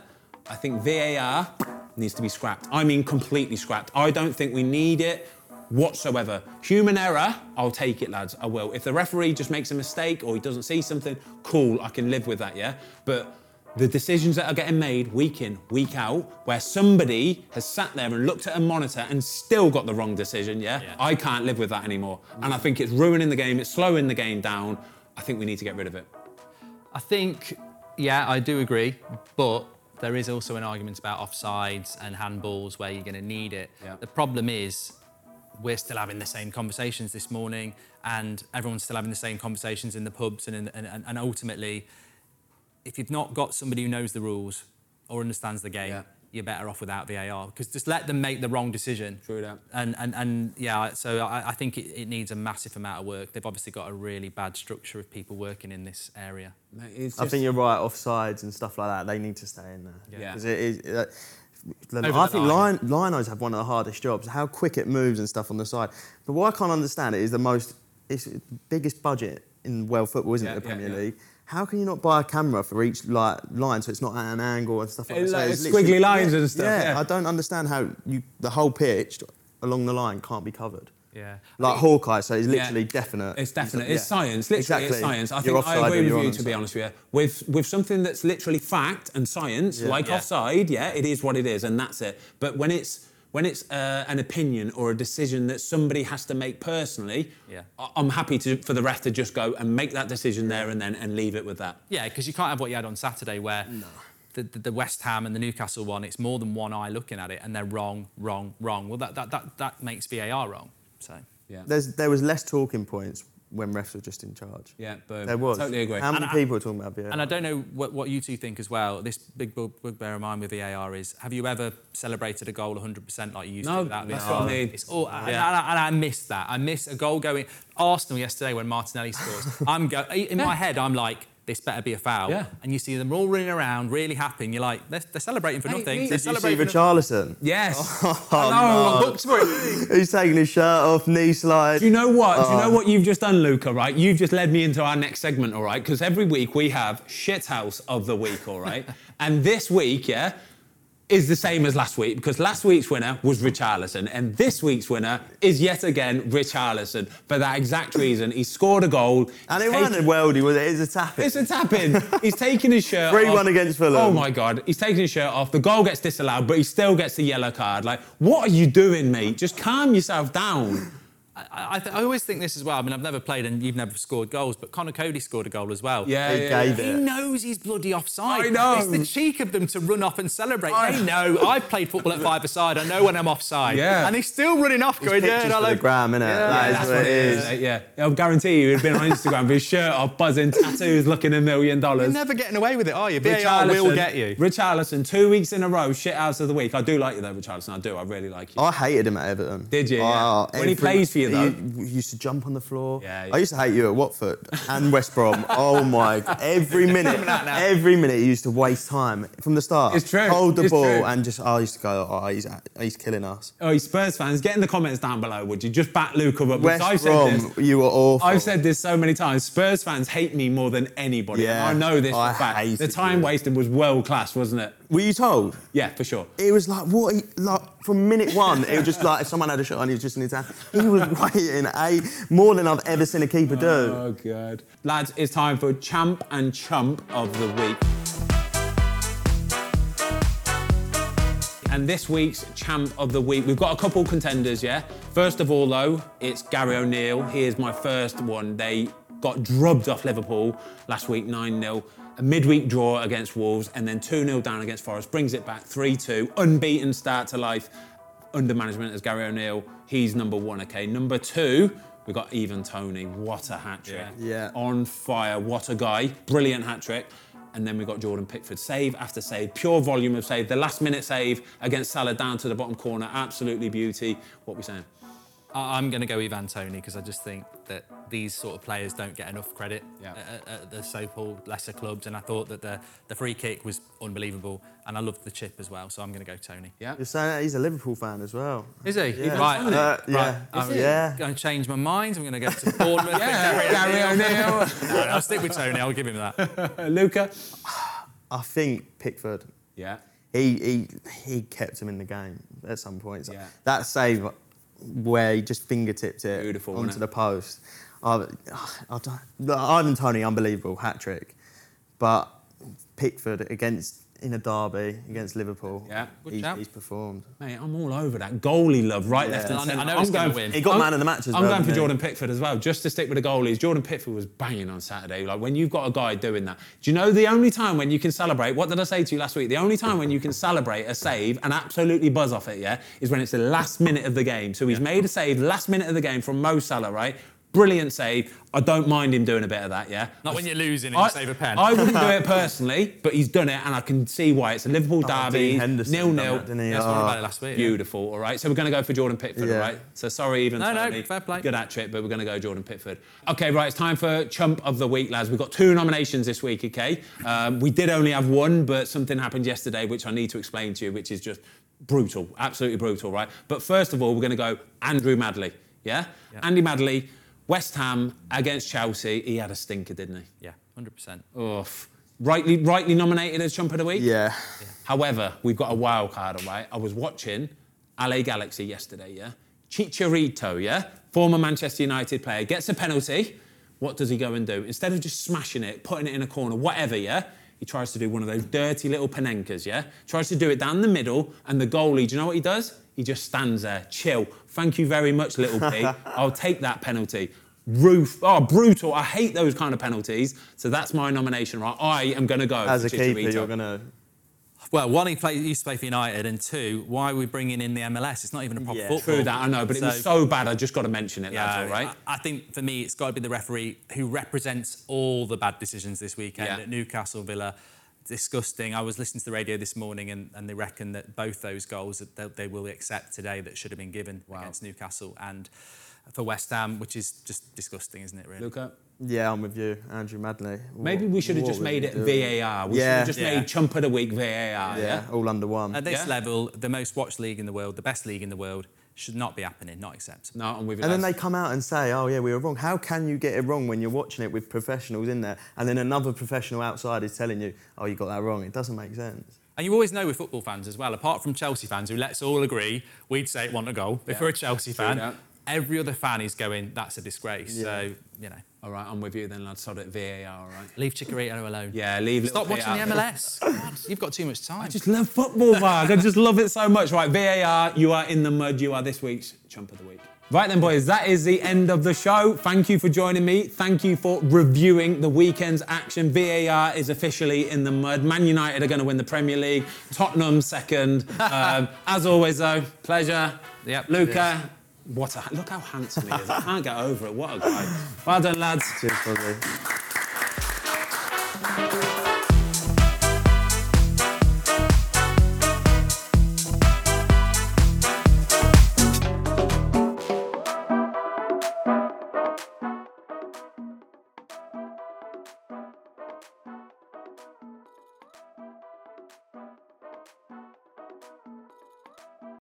Speaker 1: I think VAR needs to be scrapped. I mean, completely scrapped. I don't think we need it whatsoever. Human error, I'll take it, lads. I will. If the referee just makes a mistake or he doesn't see something, cool, I can live with that, yeah? But the decisions that are getting made week in, week out, where somebody has sat there and looked at a monitor and still got the wrong decision, yeah?
Speaker 3: Yeah.
Speaker 1: I can't live with that anymore. And I think it's ruining the game, it's slowing the game down. I think we need to get rid of it.
Speaker 3: I think, yeah, I do agree, but there is also an argument about offsides and handballs where you're going to need it.
Speaker 1: Yeah.
Speaker 3: The problem is, we're still having the same conversations this morning, and everyone's still having the same conversations in the pubs, and, in- and, and, and ultimately, if you've not got somebody who knows the rules or understands the game,
Speaker 1: Yeah.
Speaker 3: you're better off without VAR because just let them make the wrong decision.
Speaker 1: True that.
Speaker 3: And and and yeah, so I, I think it, it needs a massive amount of work. They've obviously got a really bad structure of people working in this area.
Speaker 1: Mate, it's
Speaker 2: I
Speaker 1: just-
Speaker 2: think you're right. Offsides and stuff like that, they need to stay in there.
Speaker 1: Yeah.
Speaker 2: 'Cause it is- uh, Leno-
Speaker 3: Over
Speaker 2: I
Speaker 3: the
Speaker 2: think
Speaker 3: line.
Speaker 2: line, linos have one of the hardest jobs. How quick it moves and stuff on the side. But what I can't understand it is the most, it's the biggest budget in world football, isn't
Speaker 1: Yeah,
Speaker 2: it? The
Speaker 1: yeah,
Speaker 2: Premier
Speaker 1: yeah.
Speaker 2: Leat? League. How can you not buy a camera for each like line so it's not at an angle and stuff like
Speaker 1: It's
Speaker 2: that?
Speaker 1: like
Speaker 2: so
Speaker 1: squiggly
Speaker 2: literally-
Speaker 1: lines and stuff, yeah.
Speaker 2: I don't understand how you the whole pitch along the line can't be covered.
Speaker 3: Yeah.
Speaker 2: Like Hawkeye, so it's literally
Speaker 1: Yeah.
Speaker 2: definite.
Speaker 1: It's definite.
Speaker 2: Yeah.
Speaker 1: It's science. Literally, it's
Speaker 2: Exactly.
Speaker 1: science. I
Speaker 2: You're
Speaker 1: think I
Speaker 2: offside
Speaker 1: agree
Speaker 2: when
Speaker 1: with
Speaker 2: you're
Speaker 1: you,
Speaker 2: on
Speaker 1: to be
Speaker 2: onside.
Speaker 1: honest with you. With with something that's literally fact and science,
Speaker 2: Yeah.
Speaker 1: like
Speaker 3: Yeah.
Speaker 1: offside, yeah, it is what it is, and that's it. But when it's when it's uh, an opinion or a decision that somebody has to make personally,
Speaker 3: Yeah.
Speaker 1: I- I'm happy to for the ref to just go and make that decision there and then and leave it with that.
Speaker 3: Yeah, because you can't have what you had on Saturday where the, the, the West Ham and the Newcastle one, it's more than one eye looking at it and they're wrong, wrong, wrong. Well, that, that, that, that makes VAR wrong. So.
Speaker 2: There's, there was less talking points when refs were just in charge.
Speaker 1: Yeah, boom.
Speaker 2: There was.
Speaker 1: Totally agree.
Speaker 2: How many
Speaker 3: And I-
Speaker 2: people are talking about beer?
Speaker 3: And I don't know what, what you two think as well. This big bug- bugbear of mine with VAR is: Have you ever celebrated a goal 100% like you used
Speaker 1: No,
Speaker 3: to without
Speaker 1: that's
Speaker 3: VAR?
Speaker 1: what I mean.
Speaker 3: It's all, and,
Speaker 1: Yeah.
Speaker 3: and I, and I miss that. I miss a goal going. Arsenal yesterday when Martinelli scores. I'm go in my head. I'm like. This better be a foul.
Speaker 1: Yeah.
Speaker 3: And you see them all running around, really happy, and you're like, they're, they're celebrating for
Speaker 1: Hey,
Speaker 3: nothing.
Speaker 1: we-
Speaker 3: They're
Speaker 2: Did you see
Speaker 3: celebrating for
Speaker 2: Richarlison?
Speaker 1: Yes.
Speaker 2: Oh,
Speaker 1: I know,
Speaker 2: no.
Speaker 1: I'm booked for it.
Speaker 2: He's taking his shirt off, knee slide.
Speaker 1: Do you know what? Do you
Speaker 2: Uh.
Speaker 1: know what you've just done, Luca? Right? You've just led me into our next segment, all right? Because every week we have shithouse of the week, all right? and this week, yeah, is the same as last week because last week's winner was Richarlison, and this week's winner is yet again Richarlison for that exact reason. He scored a goal,
Speaker 2: and it
Speaker 1: he's
Speaker 2: wasn't a
Speaker 1: taken-
Speaker 2: weldy, was it? It was a tap.
Speaker 1: It's a tap in. He's taking his shirt
Speaker 2: 3-1
Speaker 1: off.
Speaker 2: against Fulham.
Speaker 1: Oh my God. He's taking his shirt off. The goal gets disallowed, but he still gets the yellow card. Like, what are you doing, mate? Just calm yourself down.
Speaker 3: I, I, th- I always think this as well. I mean, I've never played and you've never scored goals, but Connor Cody scored a goal as well.
Speaker 1: Yeah,
Speaker 2: He
Speaker 1: yeah, yeah.
Speaker 2: gave
Speaker 3: He
Speaker 2: it.
Speaker 3: knows he's bloody offside.
Speaker 1: I know.
Speaker 3: It's the cheek of them to run off and celebrate.
Speaker 1: I-
Speaker 3: They know. I've played football at five aside. I know when I'm offside.
Speaker 1: Yeah.
Speaker 3: And he's still running off
Speaker 2: It's
Speaker 3: going, yeah,
Speaker 2: pictures
Speaker 3: and I
Speaker 2: for the
Speaker 3: like-
Speaker 2: gram, innit? that is
Speaker 1: That's
Speaker 2: what it is.
Speaker 1: mate, Yeah, I'll guarantee you, he'd been on Instagram with his shirt off, buzzing, tattoos, looking a million
Speaker 3: You're
Speaker 1: dollars.
Speaker 3: never getting away with it, are you?
Speaker 2: "Oh,
Speaker 3: VAR will get you.
Speaker 1: Richarlison, two weeks in a row, shit house of the week. I do like you though, Richarlison. I do. I really like you.
Speaker 2: I hated him at Everton. Ah,
Speaker 1: Did you? Yeah. When he plays for you, though.
Speaker 2: You used to jump on the floor.
Speaker 1: Yeah,
Speaker 2: I used to hate you at Watford and West Brom. Oh my! Every minute, every minute, you used to waste time from the start.
Speaker 1: It's true.
Speaker 2: Hold the
Speaker 1: It's
Speaker 2: ball
Speaker 1: true.
Speaker 2: and just. I used to go. Oh, he's he's killing us.
Speaker 1: Oh, you Spurs fans, get in the comments down below, would you? Just back Luca up. because I've
Speaker 2: West
Speaker 1: said
Speaker 2: Brom,
Speaker 1: this-
Speaker 2: you were awful.
Speaker 1: I've said this so many times. Spurs fans hate me more than anybody.
Speaker 2: Yeah,
Speaker 1: and I know this for
Speaker 2: I
Speaker 1: a fact. The
Speaker 2: hated
Speaker 1: time
Speaker 2: you.
Speaker 1: wasted was world class, wasn't it?
Speaker 2: Were you told?
Speaker 1: Yeah, for sure.
Speaker 2: It was like what? He, like from minute one, it was just like if someone had a shot on, he was just in his hand. He was waiting a more than I've ever seen a keeper do.
Speaker 1: Oh, God. Lads, it's time for Champ and Chump of the Week. And this week's Champ of the Week, we've got a couple contenders, yeah? First of all, though, it's Gary O'Neill. Here's my first one. They got drubbed off Liverpool last week, 9 0. A midweek draw against Wolves, and then 2 0 down against Forest, brings it back 3 2. Unbeaten start to life under management as Gary O'Neill. He's number one, okay? Number two, we've got Even Tony. What a hat trick.
Speaker 2: Yeah. Yeah.
Speaker 1: On fire. What a guy. Brilliant hat trick. And then we've got Jordan Pickford. Save after save. Pure volume of save. The last minute save against Salah down to the bottom corner. Absolutely beauty. What we saying?
Speaker 3: I- I'm going to go Ivan Tony because I just think that these sort of players don't get enough credit
Speaker 1: Yeah.
Speaker 3: at, at the so-called lesser clubs. And I thought that the, the free kick was unbelievable. And I loved the chip as well. So I'm going to go Tony.
Speaker 1: Yeah.
Speaker 2: You're saying that he's a Liverpool fan as well.
Speaker 3: Is he?
Speaker 2: Yeah.
Speaker 3: Right.
Speaker 1: Tony.
Speaker 2: Uh,
Speaker 3: Right.
Speaker 2: yeah.
Speaker 3: I'm
Speaker 2: yeah.
Speaker 3: going to change my mind. I'm going to go to Bournemouth.
Speaker 1: Gary O'Neill.
Speaker 3: No, I'll stick with Tony. I'll give him that.
Speaker 1: Uh, Luca.
Speaker 2: I think Pickford.
Speaker 1: Yeah.
Speaker 2: He he he kept him in the game at some point.
Speaker 1: Yeah.
Speaker 2: That save where he just fingertipped it
Speaker 1: Beautiful,
Speaker 2: onto
Speaker 1: wasn't
Speaker 2: the
Speaker 1: it?
Speaker 2: post. I, I don't, Ivan Tony, unbelievable hat trick, but Pickford against in a derby against Liverpool.
Speaker 1: Yeah,
Speaker 3: good
Speaker 2: he's,
Speaker 3: shout.
Speaker 2: he's performed.
Speaker 1: Mate, I'm all over that goalie love, right, left, and
Speaker 3: I know-
Speaker 1: centre.
Speaker 3: I know
Speaker 1: I'm
Speaker 3: it's gonna
Speaker 1: going-
Speaker 3: win.
Speaker 2: He got
Speaker 1: I'm-
Speaker 2: man of the match as
Speaker 1: I'm
Speaker 2: well,
Speaker 1: going for
Speaker 2: didn't he?
Speaker 1: Jordan Pickford as well, just to stick with the goalies. Jordan Pickford was banging on Saturday. Like when you've got a guy doing that, do you know the only time when you can celebrate? What did I say to you last week? The only time when you can celebrate a save and absolutely buzz off it, yeah, is when it's the last minute of the game. So he's made a save last minute of the game from Mo Salah, right? Brilliant save. I don't mind him doing a bit of that, yeah.
Speaker 3: Not
Speaker 1: I-
Speaker 3: when you're losing and you save a pen.
Speaker 1: I wouldn't do it personally, but he's done it, and I can see why. It's a Liverpool
Speaker 2: Oh,
Speaker 1: derby,
Speaker 2: Dean Henderson
Speaker 1: nil
Speaker 2: done
Speaker 1: nil.
Speaker 2: that, didn't he?
Speaker 3: That's what
Speaker 2: Oh.
Speaker 1: Uh,
Speaker 3: about it last week. yeah.
Speaker 1: Beautiful. All right. So we're going to go for Jordan Pitford.
Speaker 2: Yeah.
Speaker 1: All right. So sorry, even
Speaker 3: No, no,
Speaker 1: Tony.
Speaker 3: fair play.
Speaker 1: Good at trip, but we're going to go Jordan Pitford. Okay, right. It's time for chump of the week, lads. We've got two nominations this week. Okay. Um, we did only have one, but something happened yesterday, which I need to explain to you, which is just brutal, absolutely brutal, right? But first of all, we're going to go Andrew Madley. Yeah. Andy Madley, West Ham against Chelsea. He had a stinker, didn't he?
Speaker 3: Yeah, 100%.
Speaker 1: Oof. Rightly, rightly nominated as chump of the week.
Speaker 2: Yeah.
Speaker 1: However, we've got a wild card, all right? I was watching LA Galaxy yesterday, yeah? Chicharito, yeah? Former Manchester United player gets a penalty. What does he go and do? Instead of just smashing it, putting it in a corner, whatever, yeah? He tries to do one of those dirty little panenkas, yeah? Tries to do it down the middle, and the goalie, do you know what he does? He just stands there, chill. Thank you very much, little P. I'll take that penalty. Roof, oh, brutal. I hate those kind of penalties. So that's my nomination, right? I am going to go.
Speaker 2: As
Speaker 1: for
Speaker 2: a keeper,
Speaker 1: Chicharito.
Speaker 2: you're gonna.
Speaker 3: Well, one, he, play, he used to play for United, and two, why are we bringing in the MLS? It's not even a proper
Speaker 2: Yeah.
Speaker 3: football.
Speaker 1: True that, I know, but it was so bad, I just got to mention it, lads, all Uh, right?
Speaker 3: I, I think for me, it's got to be the referee who represents all the bad decisions this weekend
Speaker 1: Yeah.
Speaker 3: at Newcastle Villa. Disgusting. I was listening to the radio this morning, and, and they reckon that both those goals that they, they will accept today that should have been given against Newcastle and for West Ham, which is just disgusting, isn't it? Really.
Speaker 1: Luca,
Speaker 2: Yeah, I'm with you, Andrew Madley.
Speaker 1: maybe
Speaker 2: What-
Speaker 1: we should have
Speaker 2: what
Speaker 1: just
Speaker 2: were
Speaker 1: made
Speaker 2: we
Speaker 1: it
Speaker 2: doing?
Speaker 1: VAR. We
Speaker 2: Yeah.
Speaker 1: should have just
Speaker 3: Yeah.
Speaker 1: made Chump of the Week VAR, yeah?
Speaker 2: Yeah, all under one.
Speaker 3: At this
Speaker 1: Yeah.
Speaker 3: level, the most watched league in the world, the best league in the world, should not be happening. Not acceptable.
Speaker 1: No, I'm with you.
Speaker 2: And then they
Speaker 1: lads.
Speaker 2: come out and say, "Oh yeah, we were wrong." How can you get it wrong when you're watching it with professionals in there, and then another professional outside is telling you, "Oh, you got that wrong." It doesn't make sense.
Speaker 3: And you always know with football fans as well, apart from Chelsea fans, who let's all agree, we'd say it want a goal. If we're a Chelsea fan,
Speaker 1: that.
Speaker 3: every other fan is going, that's a disgrace. So, you know,
Speaker 1: All right, I'm with you then, lads. Sod it, VAR, all right?
Speaker 3: leave Chikorito alone.
Speaker 1: Yeah, leave
Speaker 3: Stop
Speaker 1: little
Speaker 3: watching
Speaker 1: Peter.
Speaker 3: the MLS. God, you've got too much time.
Speaker 1: I just love football, Mark. I just love it so much. Right, VAR, you are in the mud. You are this week's chump of the week. Right then, boys, that is the end of the show. Thank you for joining me. Thank you for reviewing the weekend's action. VAR is officially in the mud. Man United are going to win the Premier League. Tottenham second. Um, as always, though, pleasure.
Speaker 3: Yep.
Speaker 1: Luca, what a look how handsome he is. I can't get over it. What a guy. Well done, lads.
Speaker 2: Cheers, Bobby.